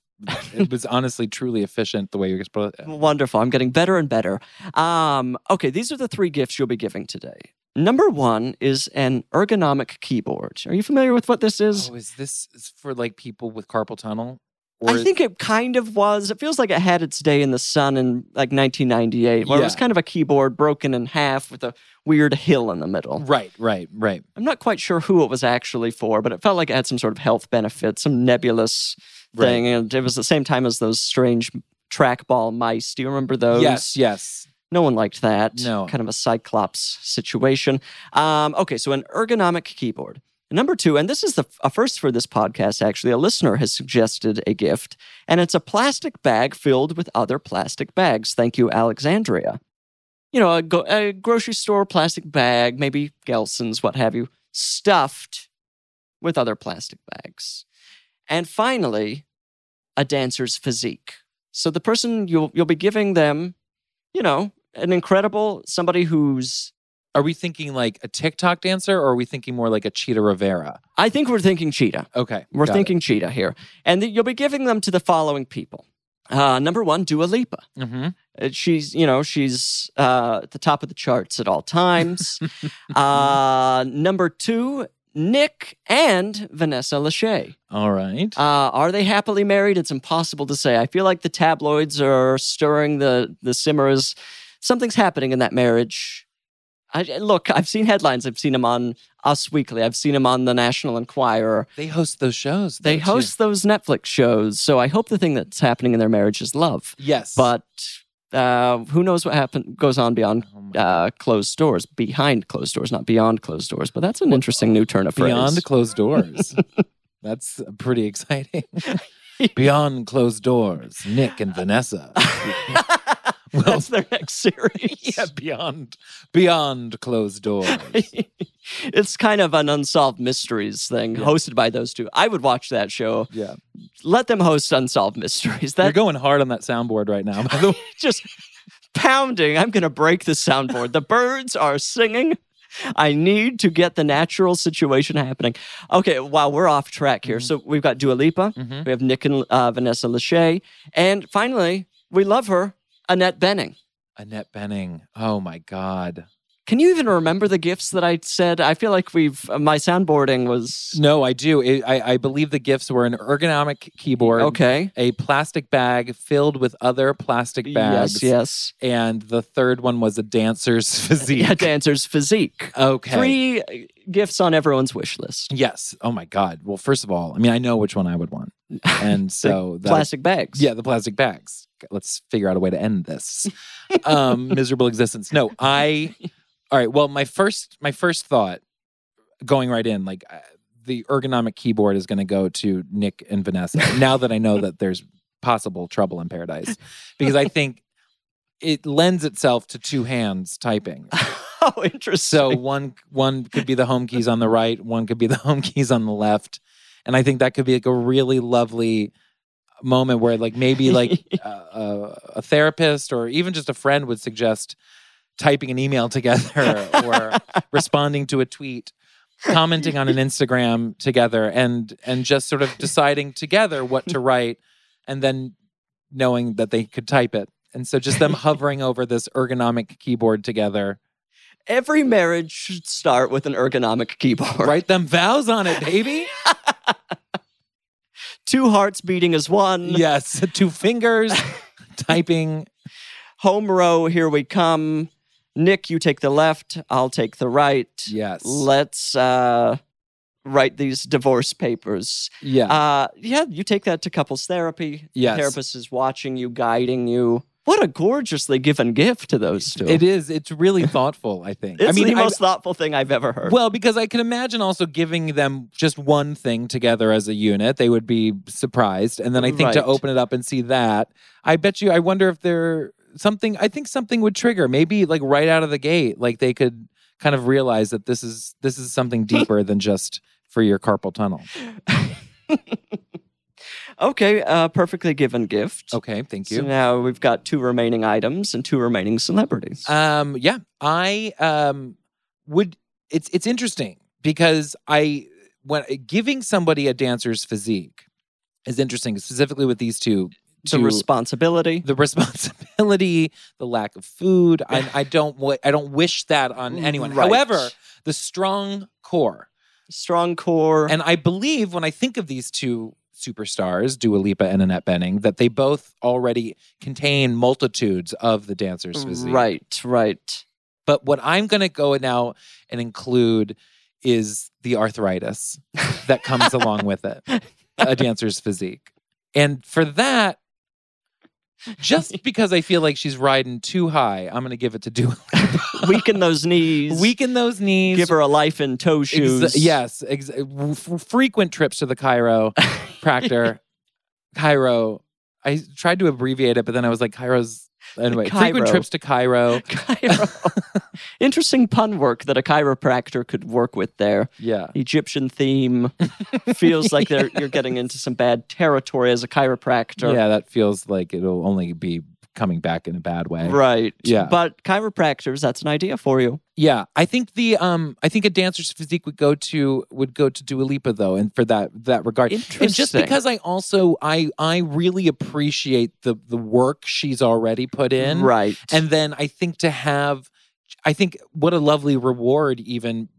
[SPEAKER 3] it was honestly truly efficient the way you explained it.
[SPEAKER 2] Wonderful. I'm getting better and better. Um, okay, these are the three gifts you'll be giving today. Number one is an ergonomic keyboard. Are you familiar with what this is?
[SPEAKER 3] Oh, is this is for like people with carpal tunnel? Or
[SPEAKER 2] I think it kind of was. It feels like it had its day in the sun in like 1998, where it was
[SPEAKER 3] Yeah.
[SPEAKER 2] kind of a keyboard broken in half with a weird hill in the middle.
[SPEAKER 3] right, right, right.
[SPEAKER 2] I'm not quite sure who it was actually for, but it felt like it had some sort of health benefit, some nebulous
[SPEAKER 3] Right.
[SPEAKER 2] thing. And it was the same time as those strange trackball mice. Do you remember those?
[SPEAKER 3] Yes, yes.
[SPEAKER 2] No one liked that.
[SPEAKER 3] No.
[SPEAKER 2] Kind of a Cyclops situation. Um, okay, so an ergonomic keyboard. Number two, and this is the f- a first for this podcast, actually, a listener has suggested a gift, and it's a plastic bag filled with other plastic bags. Thank you, Alexandria. You know, a, go- a grocery store plastic bag, maybe Gelson's, what have you, stuffed with other plastic bags. And finally, a dancer's physique. So the person you'll, you'll be giving them, you know, an incredible somebody who's.
[SPEAKER 3] Are we thinking like a TikTok dancer or are we thinking more like a Cheetah Rivera?
[SPEAKER 2] I think we're thinking cheetah.
[SPEAKER 3] Okay.
[SPEAKER 2] We're
[SPEAKER 3] Oh, got it.
[SPEAKER 2] thinking cheetah here. And th- you'll be giving them to the following people. Uh, number one, Dua Lipa.
[SPEAKER 3] Mhm.
[SPEAKER 2] Uh, She's, you know, she's uh, at the top of the charts at all times. uh, number two, Nick and Vanessa Lachey.
[SPEAKER 3] All right.
[SPEAKER 2] Uh, are they happily married? It's impossible to say. I feel like the tabloids are stirring the the simmers. Something's happening in that marriage. I, look, I've seen headlines. I've seen them on Us Weekly. I've seen them on the National Enquirer.
[SPEAKER 3] they host those shows.
[SPEAKER 2] They
[SPEAKER 3] though, too.
[SPEAKER 2] host those Netflix shows. So I hope the thing that's happening in their marriage is love.
[SPEAKER 3] Yes.
[SPEAKER 2] But uh, who knows what happen- goes on beyond
[SPEAKER 3] Oh my-
[SPEAKER 2] uh, closed doors, behind closed doors, not beyond closed doors. But that's an interesting new turn of phrase.
[SPEAKER 3] Beyond closed doors. That's pretty exciting. Beyond closed doors, Nick and Vanessa.
[SPEAKER 2] That's their next series.
[SPEAKER 3] yeah, beyond beyond closed doors.
[SPEAKER 2] it's kind of an unsolved mysteries thing
[SPEAKER 3] Yeah.
[SPEAKER 2] hosted by those two. I would watch that show.
[SPEAKER 3] Yeah,
[SPEAKER 2] Let them host unsolved mysteries.
[SPEAKER 3] you're
[SPEAKER 2] That
[SPEAKER 3] going hard on that soundboard right now. By the way,
[SPEAKER 2] just pounding. I'm going to break the soundboard. the birds are singing. I need to get the natural situation happening. Okay, wow, we're off track here.
[SPEAKER 3] Mm-hmm.
[SPEAKER 2] So we've got Dua Lipa,
[SPEAKER 3] Mhm.
[SPEAKER 2] we have Nick and uh, Vanessa Lachey, and finally, we love her, Annette Benning.
[SPEAKER 3] Annette Benning. Oh my God.
[SPEAKER 2] Can you even remember the gifts that I said? I feel like we've uh, my soundboarding was
[SPEAKER 3] No, I do. It, I I believe the gifts were an ergonomic keyboard.
[SPEAKER 2] okay.
[SPEAKER 3] A plastic bag filled with other plastic bags.
[SPEAKER 2] Yes, yes.
[SPEAKER 3] And the third one was a dancer's physique.
[SPEAKER 2] Yeah, dancer's physique.
[SPEAKER 3] Okay.
[SPEAKER 2] Three uh, gifts on everyone's wish list.
[SPEAKER 3] Yes. Oh my God. Well, first of all, I mean, I know which one I would want, and so that-
[SPEAKER 2] Plastic bags.
[SPEAKER 3] Yeah, the plastic bags. Let's figure out a way to end this um, miserable existence. No, I. All right. Well, my first, my first thought, going right in, like uh, the ergonomic keyboard is going to go to Nick and Vanessa. now that I know that there's possible trouble in paradise, because I think it lends itself to two hands typing.
[SPEAKER 2] oh, interesting.
[SPEAKER 3] So one one could be the home keys on the right, one could be the home keys on the left, and I think that could be like a really lovely moment where like maybe like a, a, a therapist or even just a friend would suggest typing an email together or responding to a tweet commenting on an instagram together and and just sort of deciding together what to write and then knowing that they could type it and so just them hovering over this ergonomic keyboard together
[SPEAKER 2] Every marriage should start with an ergonomic keyboard.
[SPEAKER 3] Write them vows on it, baby.
[SPEAKER 2] Two hearts beating as one.
[SPEAKER 3] yes, two fingers typing.
[SPEAKER 2] Home row, here we come. Nick, you take the left. I'll take the right.
[SPEAKER 3] Yes.
[SPEAKER 2] Let's uh, write these divorce papers.
[SPEAKER 3] yeah.
[SPEAKER 2] Uh, yeah, you take that to couples therapy.
[SPEAKER 3] Yes.
[SPEAKER 2] Therapist is watching you, guiding you. What a gorgeously given gift to those two.
[SPEAKER 3] it is. It's really thoughtful, I think.
[SPEAKER 2] It's
[SPEAKER 3] I mean,
[SPEAKER 2] the
[SPEAKER 3] I-
[SPEAKER 2] most thoughtful thing I've ever heard.
[SPEAKER 3] well, because I can imagine also giving them just one thing together as a unit, they would be surprised. And then I think to
[SPEAKER 2] Right.
[SPEAKER 3] open it up and see that, I bet you, I wonder if there something, I think something would trigger. Maybe like right out of the gate, like they could kind of realize that this is this is something deeper than just for your carpal tunnel.
[SPEAKER 2] okay, uh, perfectly given gift.
[SPEAKER 3] Okay, Oh, thank you.
[SPEAKER 2] So now we've got two remaining items and two remaining celebrities.
[SPEAKER 3] Um, yeah, I um would. It's it's interesting because I when giving somebody a dancer's physique is interesting, specifically with these two.
[SPEAKER 2] the
[SPEAKER 3] two-
[SPEAKER 2] responsibility.
[SPEAKER 3] the responsibility, the lack of food. I, I don't. wa- I don't wish that on anyone.
[SPEAKER 2] Mm, Right.
[SPEAKER 3] However, the strong core
[SPEAKER 2] strong core.
[SPEAKER 3] and I believe when I think of these two superstars, Dua Lipa and Annette Benning, that they both already contain multitudes of the dancer's physique.
[SPEAKER 2] Mm, right, right.
[SPEAKER 3] But what I'm going to go now and include is the arthritis that comes along with it, a dancer's physique. And for that, just because I feel like she's riding too high, I'm going to give it to Dua. Lipa.
[SPEAKER 2] Weaken those knees.
[SPEAKER 3] Weaken those knees.
[SPEAKER 2] Give her a life in toe shoes.
[SPEAKER 3] Exa- yes, ex- f- frequent trips to the Cairo, Proctor, Cairo. I tried to abbreviate it, but then I was like, Cairo's anyway. Frequent
[SPEAKER 2] Cairo.
[SPEAKER 3] trips to Cairo.
[SPEAKER 2] Cairo. Interesting pun work that a chiropractor could work with there.
[SPEAKER 3] Yeah,
[SPEAKER 2] Egyptian theme feels like they're, you're getting into some bad territory as a chiropractor.
[SPEAKER 3] yeah, that feels like it'll only be coming back in a bad way.
[SPEAKER 2] Right.
[SPEAKER 3] Yeah.
[SPEAKER 2] But chiropractors, that's an idea for you.
[SPEAKER 3] Yeah, I think the um, I think a dancer's physique would go to would go to Dua Lipa though, and for that that regard, and just
[SPEAKER 2] Interesting.
[SPEAKER 3] because I also I I really appreciate the the work she's already put in,
[SPEAKER 2] right.
[SPEAKER 3] And then I think to have, I think what a lovely reward, even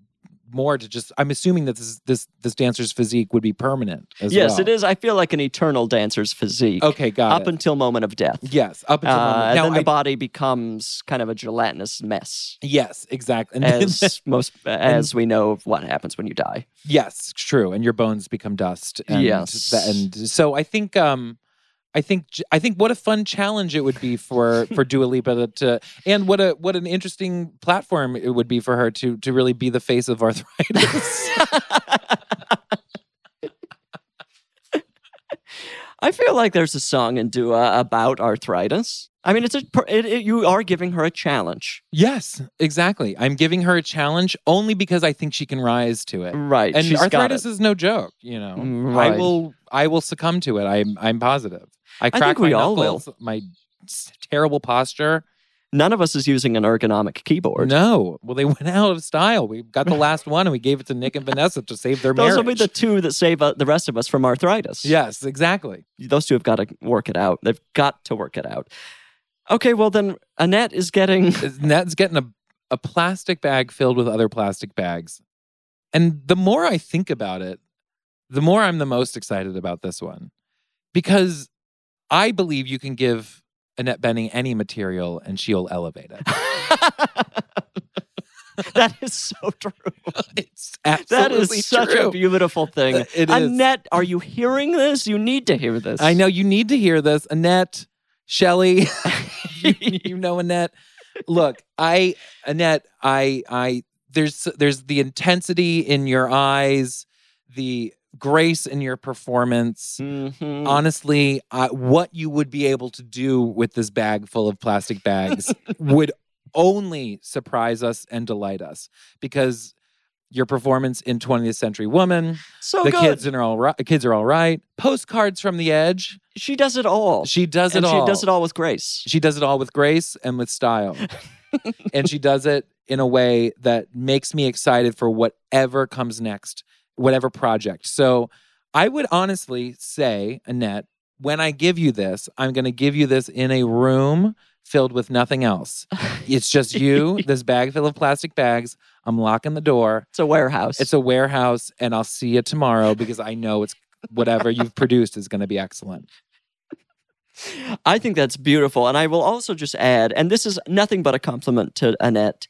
[SPEAKER 3] more to just. I'm assuming that this this this dancer's physique would be permanent. As
[SPEAKER 2] yes,
[SPEAKER 3] well.
[SPEAKER 2] it is. I feel like an eternal dancer's physique.
[SPEAKER 3] Okay, got
[SPEAKER 2] up
[SPEAKER 3] it.
[SPEAKER 2] until moment of death.
[SPEAKER 3] yes, up until
[SPEAKER 2] Uh,
[SPEAKER 3] moment.
[SPEAKER 2] and
[SPEAKER 3] now.
[SPEAKER 2] then the
[SPEAKER 3] I-
[SPEAKER 2] body becomes kind of a gelatinous mess,
[SPEAKER 3] yes, exactly. And then-
[SPEAKER 2] as most as we know of what happens when you die.
[SPEAKER 3] yes, it's true. And your bones become dust. And
[SPEAKER 2] Yes.
[SPEAKER 3] tha- and so I think. um I think j- I think what a fun challenge it would be for for Dua Lipa to, to and what a what an interesting platform it would be for her to to really be the face of arthritis.
[SPEAKER 2] I feel like there's a song in Dua about arthritis. I mean, it's a per- it, it, you are giving her a challenge,
[SPEAKER 3] Yes, exactly. I'm giving her a challenge only because I think she can rise to it.
[SPEAKER 2] right?
[SPEAKER 3] and
[SPEAKER 2] she's got
[SPEAKER 3] arthritis
[SPEAKER 2] it. Mm,
[SPEAKER 3] is no joke, you know. I
[SPEAKER 2] Right.
[SPEAKER 3] will I will succumb to it. I'm I'm positive. I
[SPEAKER 2] think
[SPEAKER 3] crack my
[SPEAKER 2] we all will.
[SPEAKER 3] knuckles, my s- terrible posture.
[SPEAKER 2] None of us is using an ergonomic keyboard.
[SPEAKER 3] No. Well, they went out of style. We got the last one and we gave it to Nick and Vanessa to save their
[SPEAKER 2] Those
[SPEAKER 3] marriage.
[SPEAKER 2] will be the two that save uh, the rest of us from arthritis.
[SPEAKER 3] yes, exactly.
[SPEAKER 2] those two have got to work it out. They've got to work it out. Okay, well then Annette is getting
[SPEAKER 3] Ned's getting a, a plastic bag filled with other plastic bags. And the more I think about it, the more I'm the most excited about this one because I believe you can give Annette Benning any material and she'll elevate it.
[SPEAKER 2] That is so true.
[SPEAKER 3] it's
[SPEAKER 2] That
[SPEAKER 3] absolutely
[SPEAKER 2] is such
[SPEAKER 3] true.
[SPEAKER 2] a beautiful thing.
[SPEAKER 3] It is.
[SPEAKER 2] Annette, are you hearing this? You need to hear this.
[SPEAKER 3] I know you need to hear this, Annette, Shelly. you, you know Annette. Look, I Annette, I I there's there's the intensity in your eyes, the grace in your performance.
[SPEAKER 2] Mhm.
[SPEAKER 3] Honestly, I, what you would be able to do with this bag full of plastic bags would only surprise us and delight us because your performance in 20th Century Woman,
[SPEAKER 2] so
[SPEAKER 3] the
[SPEAKER 2] Oh, good.
[SPEAKER 3] kids are all right, kids are all right, postcards from the edge,
[SPEAKER 2] she does it all.
[SPEAKER 3] she does
[SPEAKER 2] and
[SPEAKER 3] it all.
[SPEAKER 2] she does it all with grace.
[SPEAKER 3] She does it all with grace and with style. and she does it in a way that makes me excited for whatever comes next, whatever project. So I would honestly say, Annette, when I give you this, I'm going to give you this in a room filled with nothing else. It's just you, this bag full of plastic bags. I'm locking the door.
[SPEAKER 2] It's a warehouse.
[SPEAKER 3] It's a warehouse, and I'll see you tomorrow because I know it's whatever you've produced is going to be excellent.
[SPEAKER 2] I think that's beautiful. And I will also just add, and this is nothing but a compliment to Annette.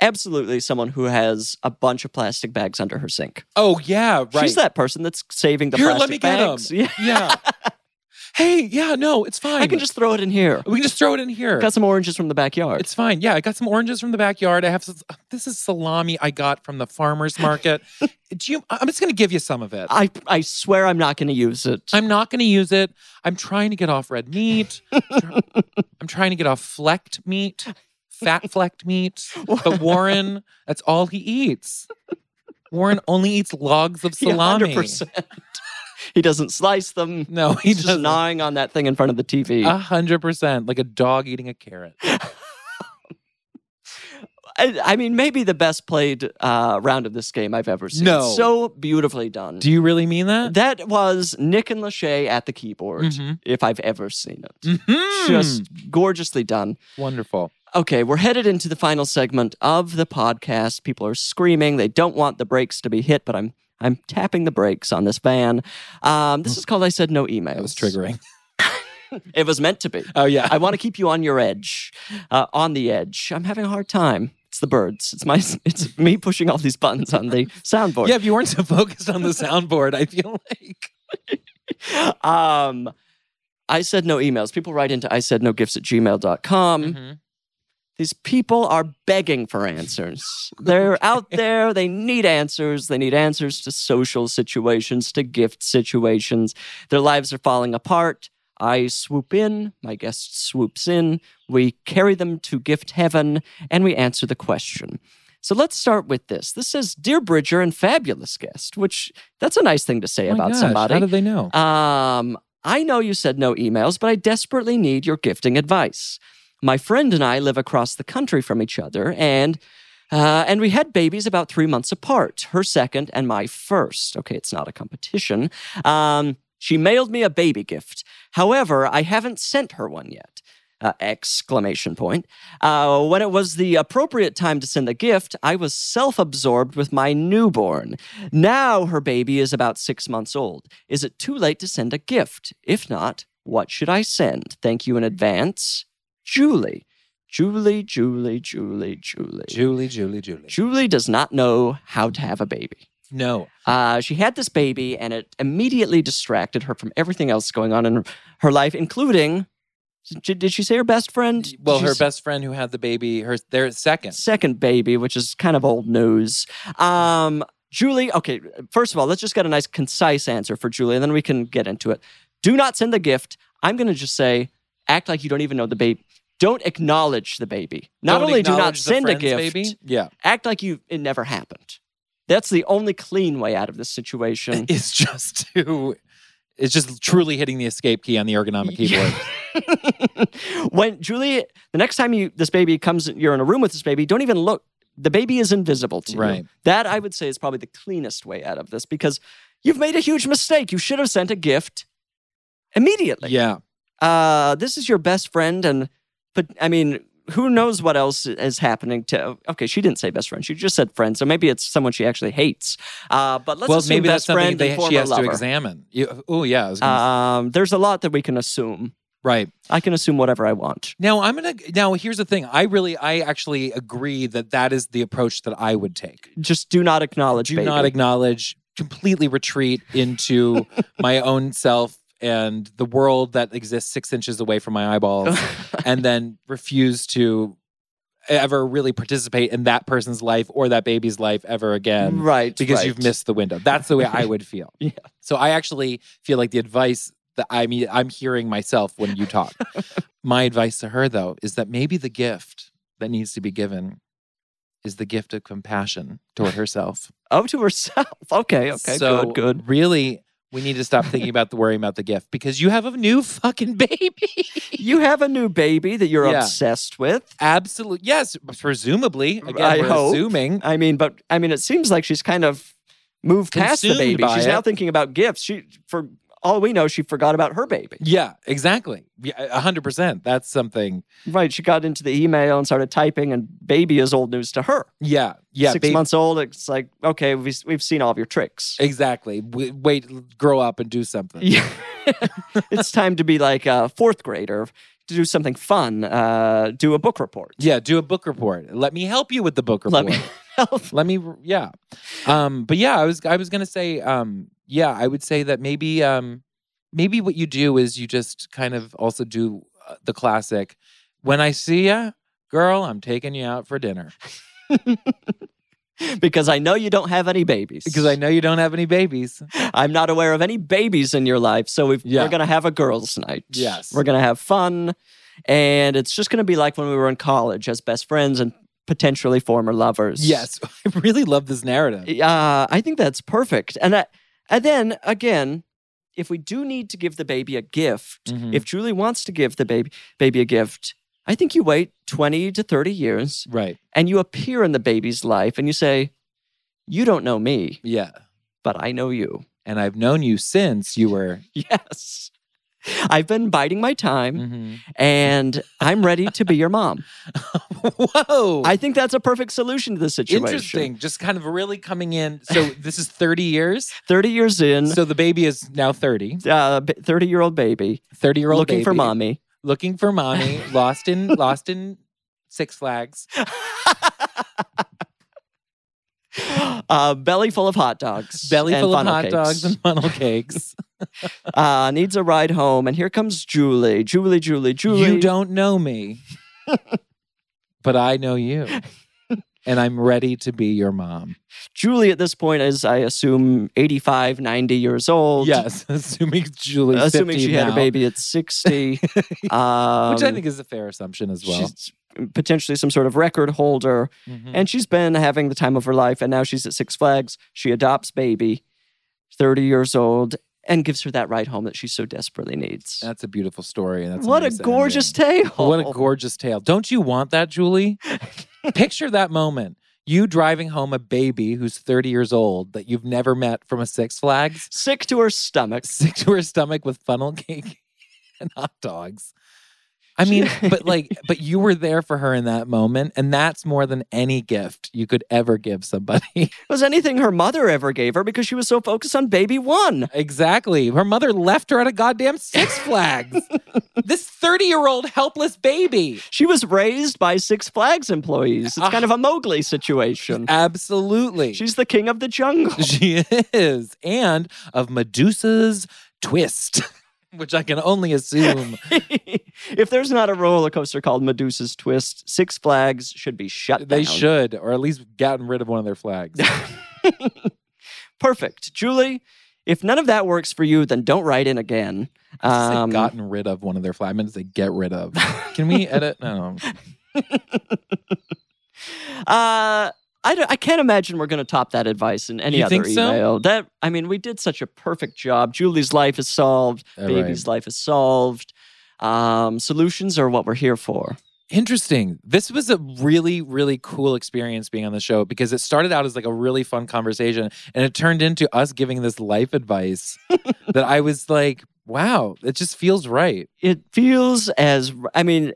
[SPEAKER 2] Absolutely, someone who has a bunch of plastic bags under her sink.
[SPEAKER 3] Oh, yeah, right.
[SPEAKER 2] She's that person that's saving the
[SPEAKER 3] Here, let
[SPEAKER 2] plastic
[SPEAKER 3] me get 'em.
[SPEAKER 2] bags. Yeah,
[SPEAKER 3] Yeah. hey, yeah, no, it's fine.
[SPEAKER 2] I can just throw it in here.
[SPEAKER 3] we can just throw it in here.
[SPEAKER 2] Got some oranges from the backyard.
[SPEAKER 3] It's fine. Yeah, I got some oranges from the backyard. I have some, this is salami I got from the farmer's market. Do you? I'm just gonna give you some of it.
[SPEAKER 2] I I swear I'm not going to use it.
[SPEAKER 3] I'm not gonna use it. I'm trying to get off red meat. I'm trying to get off flecked meat, fat flecked meat. But Warren, that's all he eats. Warren only eats logs of
[SPEAKER 2] Yeah,
[SPEAKER 3] salami.
[SPEAKER 2] 100%. he doesn't slice them.
[SPEAKER 3] No, he
[SPEAKER 2] He's just
[SPEAKER 3] doesn't. Uh.
[SPEAKER 2] gnawing on that thing in front of the TV.
[SPEAKER 3] A hundred percent, like a dog eating a carrot.
[SPEAKER 2] I, I mean, maybe the best played uh, round of this game I've ever seen.
[SPEAKER 3] No.
[SPEAKER 2] So beautifully done.
[SPEAKER 3] Do you really mean that?
[SPEAKER 2] That was Nick and Lachey at the keyboard,
[SPEAKER 3] Mhm.
[SPEAKER 2] if I've ever seen it.
[SPEAKER 3] Mhm.
[SPEAKER 2] Just gorgeously done.
[SPEAKER 3] wonderful.
[SPEAKER 2] Okay, we're headed into the final segment of the podcast. People are screaming; they don't want the brakes to be hit, but I'm I'm tapping the brakes on this van. Um, this is called "I Said No Emails."
[SPEAKER 3] Oh. That was triggering.
[SPEAKER 2] It was meant to be.
[SPEAKER 3] Oh yeah.
[SPEAKER 2] I want to keep you on your edge, uh, on the edge. I'm having a hard time. It's the birds. It's my. It's me pushing all these buttons on the soundboard.
[SPEAKER 3] Yeah, if you weren't so focused on the soundboard, I feel like.
[SPEAKER 2] um i said no emails people write into i said no gifts at gmail.com
[SPEAKER 3] Mm-hmm.
[SPEAKER 2] these people are begging for answers they're out there they need answers they need answers to social situations to gift situations their lives are falling apart I swoop in, my guest swoops in, we carry them to gift heaven, and we answer the question. So let's start with this. This says, Dear Bridger and fabulous guest, which that's a nice thing to say
[SPEAKER 3] Oh My
[SPEAKER 2] about
[SPEAKER 3] gosh,
[SPEAKER 2] somebody.
[SPEAKER 3] How did they know?
[SPEAKER 2] Um, I know you said no emails, but I desperately need your gifting advice. My friend and I live across the country from each other, and uh, and we had babies about three months apart. Her second and my first. Okay, it's not a competition. Um, she mailed me a baby gift. However, I haven't sent her one yet. Uh, exclamation point. Uh, when it was the appropriate time to send the gift, I was self absorbed with my newborn. Now her baby is about six months old. Is it too late to send a gift? If not, what should I send? Thank you in advance. Julie. Julie, Julie, Julie, Julie.
[SPEAKER 3] Julie, Julie, Julie.
[SPEAKER 2] Julie does not know how to have a baby.
[SPEAKER 3] no.
[SPEAKER 2] Uh, she had this baby, and it immediately distracted her from everything else going on in her life, including. Did did she say her best friend? Did
[SPEAKER 3] Well,
[SPEAKER 2] she
[SPEAKER 3] her
[SPEAKER 2] s-
[SPEAKER 3] best friend who had the baby, her their second.
[SPEAKER 2] second baby, which is kind of old news. Um, Julie, okay, first of all, let's just get a nice, concise answer for Julie, and then we can get into it. do not send the gift. I'm going to just say, act like you don't even know the baby. Don't acknowledge the baby. Not
[SPEAKER 3] Don't
[SPEAKER 2] only do not
[SPEAKER 3] acknowledge the
[SPEAKER 2] send a
[SPEAKER 3] friends,
[SPEAKER 2] gift,
[SPEAKER 3] Baby. Yeah.
[SPEAKER 2] act like you it never happened. That's the only clean way out of this situation.
[SPEAKER 3] It's just to, it's just truly hitting the escape key on the ergonomic keyboard.
[SPEAKER 2] when Julie, the next time you this baby comes, you're in a room with this baby. Don't even look. The baby is invisible to
[SPEAKER 3] Right.
[SPEAKER 2] you. That I would say is probably the cleanest way out of this because you've made a huge mistake. You should have sent a gift immediately.
[SPEAKER 3] yeah.
[SPEAKER 2] Uh, this is your best friend, and but I mean, who knows what else is happening to? Okay, she didn't say best friend. She just said friend. So maybe it's someone she actually hates. Uh, but let's
[SPEAKER 3] well,
[SPEAKER 2] assume
[SPEAKER 3] maybe
[SPEAKER 2] best
[SPEAKER 3] that's something
[SPEAKER 2] friend
[SPEAKER 3] they,
[SPEAKER 2] and former
[SPEAKER 3] she has
[SPEAKER 2] lover.
[SPEAKER 3] to examine. You- oh, yeah. I was gonna
[SPEAKER 2] Um, there's a lot that we can assume.
[SPEAKER 3] Right.
[SPEAKER 2] I can assume whatever I want.
[SPEAKER 3] Now I'm gonna now here's the thing. I really I actually agree that that is the approach that I would take.
[SPEAKER 2] Just do not acknowledge.
[SPEAKER 3] Do
[SPEAKER 2] baby.
[SPEAKER 3] not acknowledge, completely retreat into my own self and the world that exists six inches away from my eyeballs, and then refuse to ever really participate in that person's life or that baby's life ever again.
[SPEAKER 2] right.
[SPEAKER 3] Because
[SPEAKER 2] right.
[SPEAKER 3] you've missed the window. That's the way I would feel.
[SPEAKER 2] Yeah.
[SPEAKER 3] So I actually feel like the advice that I mean I'm hearing myself when you talk. My advice to her though is that maybe the gift that needs to be given is the gift of compassion toward herself.
[SPEAKER 2] Oh, to herself. Okay. Okay.
[SPEAKER 3] so
[SPEAKER 2] good. Good.
[SPEAKER 3] Really, we need to stop thinking about the worrying about the gift because you have a new fucking baby.
[SPEAKER 2] You have a new baby that you're
[SPEAKER 3] Yeah.
[SPEAKER 2] obsessed with.
[SPEAKER 3] Absolutely. Yes, presumably. Again,
[SPEAKER 2] I
[SPEAKER 3] we're
[SPEAKER 2] hope.
[SPEAKER 3] assuming.
[SPEAKER 2] I mean, but I mean, it seems like she's kind of moved past the
[SPEAKER 3] Consumed
[SPEAKER 2] baby.
[SPEAKER 3] by
[SPEAKER 2] She's now
[SPEAKER 3] it.
[SPEAKER 2] thinking about gifts. She, for all we know, she forgot about her baby.
[SPEAKER 3] Yeah, exactly. Yeah, 100%. That's something.
[SPEAKER 2] Right. She got into the email and started typing, and baby is old news to her.
[SPEAKER 3] Yeah. Yeah.
[SPEAKER 2] Six
[SPEAKER 3] ba-
[SPEAKER 2] months old. It's like okay, we've we've seen all of your tricks.
[SPEAKER 3] Exactly. W- wait, grow up and do something.
[SPEAKER 2] Yeah. it's time to be like a fourth grader to do something fun. Uh, do a book report.
[SPEAKER 3] Yeah, do a book report. Let me help you with the book
[SPEAKER 2] Let
[SPEAKER 3] report.
[SPEAKER 2] me help.
[SPEAKER 3] Let me yeah. Um but yeah, I was I was going to say um yeah, I would say that maybe um maybe what you do is you just kind of also do uh, the classic when I see ya, girl, I'm taking you out for dinner
[SPEAKER 2] because I know you don't have any babies.
[SPEAKER 3] because I know you don't have any babies.
[SPEAKER 2] I'm not aware of any babies in your life. So we've,
[SPEAKER 3] Yeah.
[SPEAKER 2] we're going to have a girls' night.
[SPEAKER 3] Yes.
[SPEAKER 2] We're going to have fun. And it's just going to be like when we were in college as best friends and potentially former lovers.
[SPEAKER 3] Yes, I really love this narrative.
[SPEAKER 2] Uh, I think that's perfect. And, I, and then again, if we do need to give the baby a gift,
[SPEAKER 3] Mhm.
[SPEAKER 2] if Julie wants to give the baby, baby a gift, I think you wait 20 to 30 years
[SPEAKER 3] right.
[SPEAKER 2] and you appear in the baby's life and you say, You don't know me,
[SPEAKER 3] Yeah.
[SPEAKER 2] but I know you.
[SPEAKER 3] And I've known you since you were
[SPEAKER 2] Yes. I've been biding my time
[SPEAKER 3] Mhm.
[SPEAKER 2] and I'm ready to be your mom.
[SPEAKER 3] Whoa.
[SPEAKER 2] I think that's a perfect solution to the situation.
[SPEAKER 3] Interesting. Just kind of really coming in. So this is 30 years.
[SPEAKER 2] 30 years in,
[SPEAKER 3] So the baby is now 30.
[SPEAKER 2] uh, 30 year old baby
[SPEAKER 3] 30 year old
[SPEAKER 2] looking for
[SPEAKER 3] baby.
[SPEAKER 2] mommy.
[SPEAKER 3] Looking for mommy. lost in lost in Six Flags.
[SPEAKER 2] Uh, belly full of hot dogs.
[SPEAKER 3] Belly
[SPEAKER 2] and
[SPEAKER 3] full of
[SPEAKER 2] funnel
[SPEAKER 3] hot
[SPEAKER 2] cakes.
[SPEAKER 3] dogs and funnel cakes.
[SPEAKER 2] uh, needs a ride home. And here comes Julie. Julie, Julie, Julie.
[SPEAKER 3] You don't know me, but I know you. And I'm ready to be your mom.
[SPEAKER 2] Julie at this point is, I assume, 85, 90 years old.
[SPEAKER 3] Yes, assuming Julie,
[SPEAKER 2] Assuming she had a
[SPEAKER 3] now,
[SPEAKER 2] baby at 60. um,
[SPEAKER 3] which I think is a fair assumption as well.
[SPEAKER 2] She's potentially some sort of record holder.
[SPEAKER 3] Mhm.
[SPEAKER 2] And she's been having the time of her life. And now she's at Six Flags. She adopts baby, 30 years old, and gives her that ride home that she so desperately needs.
[SPEAKER 3] That's a beautiful story. And that's
[SPEAKER 2] what a
[SPEAKER 3] nice
[SPEAKER 2] gorgeous
[SPEAKER 3] ending.
[SPEAKER 2] tale.
[SPEAKER 3] What a gorgeous tale. Don't you want that, Julie? Picture that moment. You driving home a baby who's 30 years old that you've never met from a Six Flags,
[SPEAKER 2] Sick to her stomach.
[SPEAKER 3] sick to her stomach with funnel cake and hot dogs. I mean, but like, but you were there for her in that moment, and that's more than any gift you could ever give somebody.
[SPEAKER 2] Was anything her mother ever gave her because she was so focused on baby one?
[SPEAKER 3] exactly. Her mother left her at a goddamn Six Flags. this 30 year old helpless baby.
[SPEAKER 2] She was raised by Six Flags employees. It's
[SPEAKER 3] Ah.
[SPEAKER 2] kind of a Mowgli situation.
[SPEAKER 3] Absolutely.
[SPEAKER 2] She's the king of the jungle.
[SPEAKER 3] She is. And of Medusa's twist, which I can only assume.
[SPEAKER 2] if there's not a roller coaster called Medusa's Twist, Six Flags should be shut
[SPEAKER 3] They
[SPEAKER 2] down.
[SPEAKER 3] should, or at least gotten rid of one of their flags.
[SPEAKER 2] Perfect. Julie, If none of that works for you, then don't write in again.
[SPEAKER 3] Just say
[SPEAKER 2] Um,
[SPEAKER 3] gotten rid of one of their flags. I meant to say get rid of. Can we edit? No.
[SPEAKER 2] uh, I, don't- I can't imagine we're going to top that advice in any
[SPEAKER 3] You
[SPEAKER 2] other
[SPEAKER 3] think so?
[SPEAKER 2] email. That I mean, we did such a perfect job. Julie's life is solved.
[SPEAKER 3] All right.
[SPEAKER 2] Baby's life is solved. Um, solutions are what we're here for.
[SPEAKER 3] Interesting. This was a really, really cool experience being on the show because it started out as like a really fun conversation and it turned into us giving this life advice that I was like, wow, it just feels right.
[SPEAKER 2] It feels as I mean,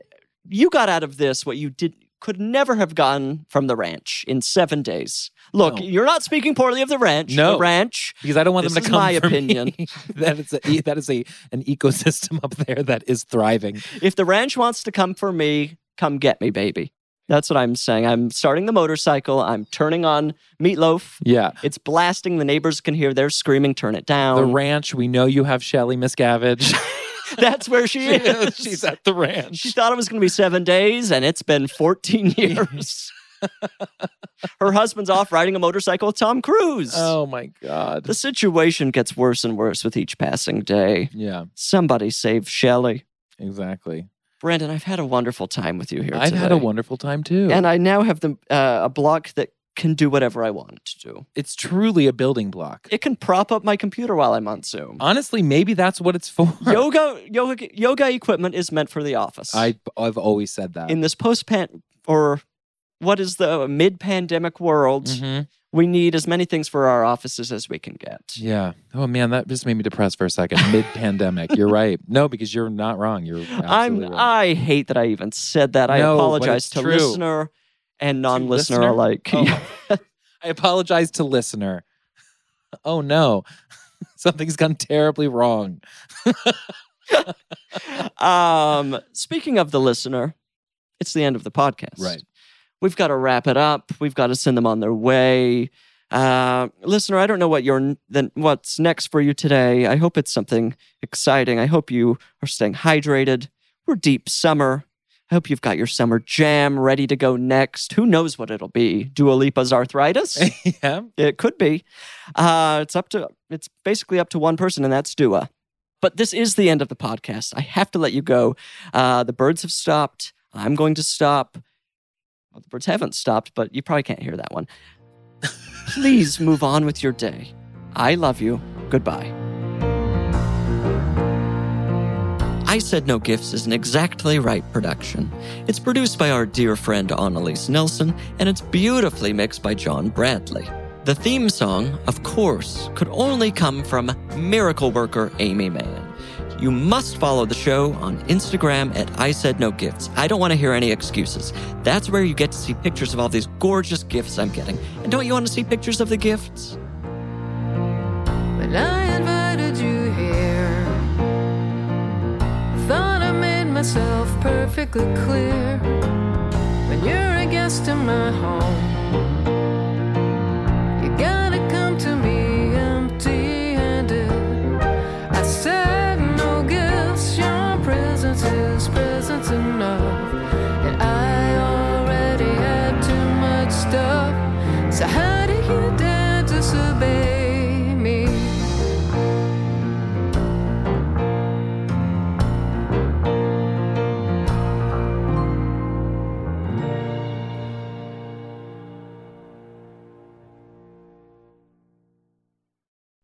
[SPEAKER 2] you got out of this what you did could never have gotten from the ranch in seven days. Look,
[SPEAKER 3] No.
[SPEAKER 2] you're not speaking poorly of the ranch.
[SPEAKER 3] No.
[SPEAKER 2] the ranch.
[SPEAKER 3] Because I don't want them
[SPEAKER 2] This
[SPEAKER 3] to
[SPEAKER 2] is
[SPEAKER 3] come
[SPEAKER 2] my
[SPEAKER 3] for me.
[SPEAKER 2] opinion.
[SPEAKER 3] that is a, e, that is a an ecosystem up there that is thriving.
[SPEAKER 2] If the ranch wants to come for me, come get me, baby. That's what I'm saying. I'm starting the motorcycle. I'm turning on meatloaf.
[SPEAKER 3] Yeah.
[SPEAKER 2] It's blasting. The neighbors can hear. They're screaming. Turn it
[SPEAKER 3] The
[SPEAKER 2] down.
[SPEAKER 3] ranch, we know you have Shelly Miscavige.
[SPEAKER 2] That's where she is.
[SPEAKER 3] She's at the ranch.
[SPEAKER 2] She thought it was going to be seven days, and it's been 14 years. Her husband's off riding a motorcycle with Tom Cruise.
[SPEAKER 3] oh my God.
[SPEAKER 2] The situation gets worse and worse with each passing day.
[SPEAKER 3] yeah,
[SPEAKER 2] Somebody save Shelley.
[SPEAKER 3] exactly.
[SPEAKER 2] Brandon, I've had a wonderful time with you here.
[SPEAKER 3] I've had a
[SPEAKER 2] today.
[SPEAKER 3] wonderful time too.
[SPEAKER 2] and I now have the uh, a block that can do whatever I want it to do.
[SPEAKER 3] it's truly a building block.
[SPEAKER 2] It can prop up my computer while I'm on Zoom.
[SPEAKER 3] Honestly, maybe that's what it's for.
[SPEAKER 2] yoga, yoga, yoga equipment is meant for the office.
[SPEAKER 3] I I've always said that.
[SPEAKER 2] in this post pan or what is the mid pandemic world,
[SPEAKER 3] Mhm.
[SPEAKER 2] we need as many things for our offices as we can get.
[SPEAKER 3] Yeah. Oh man, that just made me depressed for a second. Mid pandemic. You're right. No, because you're not wrong. You're
[SPEAKER 2] I'm
[SPEAKER 3] absolutely right.
[SPEAKER 2] I hate that I even said that. I
[SPEAKER 3] No, but
[SPEAKER 2] apologize
[SPEAKER 3] it's
[SPEAKER 2] to
[SPEAKER 3] true.
[SPEAKER 2] listener and non listener
[SPEAKER 3] listener?
[SPEAKER 2] alike.
[SPEAKER 3] Oh. I apologize to listener. Oh no. Something's gone terribly wrong. Oh.
[SPEAKER 2] um, speaking of the listener, it's the end of the podcast.
[SPEAKER 3] Right.
[SPEAKER 2] We've got to wrap it up. We've got to send them on their way. Uh, listener, I don't know what your then what's next for you today. I hope it's something exciting. I hope you are staying hydrated. We're deep summer. I hope you've got your summer jam ready to go next. Who knows what it'll be? Dua Lipa's arthritis?
[SPEAKER 3] yeah.
[SPEAKER 2] It could be. Uh, it's up to it's basically up to one person, and that's Dua. But this is the end of the podcast. I have to let you go. Uh, the birds have stopped. I'm going to stop. Well, the birds haven't stopped, but you probably can't hear that one. Please move on with your day. I love you. Goodbye. I Said No Gifts is an exactly right production. It's produced by our dear friend Annalise Nelson, and it's beautifully mixed by John Bradley. The theme song, of course, could only come from miracle worker Amy Mann. You must follow the show on Instagram at I Said No Gifts. I don't want to hear any excuses. That's where you get to see pictures of all these gorgeous gifts I'm getting. And don't you want to see pictures of the gifts?
[SPEAKER 1] When I invited you here, I thought I made myself perfectly clear. When you're a guest in my home, you gotta come to me empty handed. I said no gifts, your presence is presence enough. And I already had too much stuff. So how do you dare disobey me?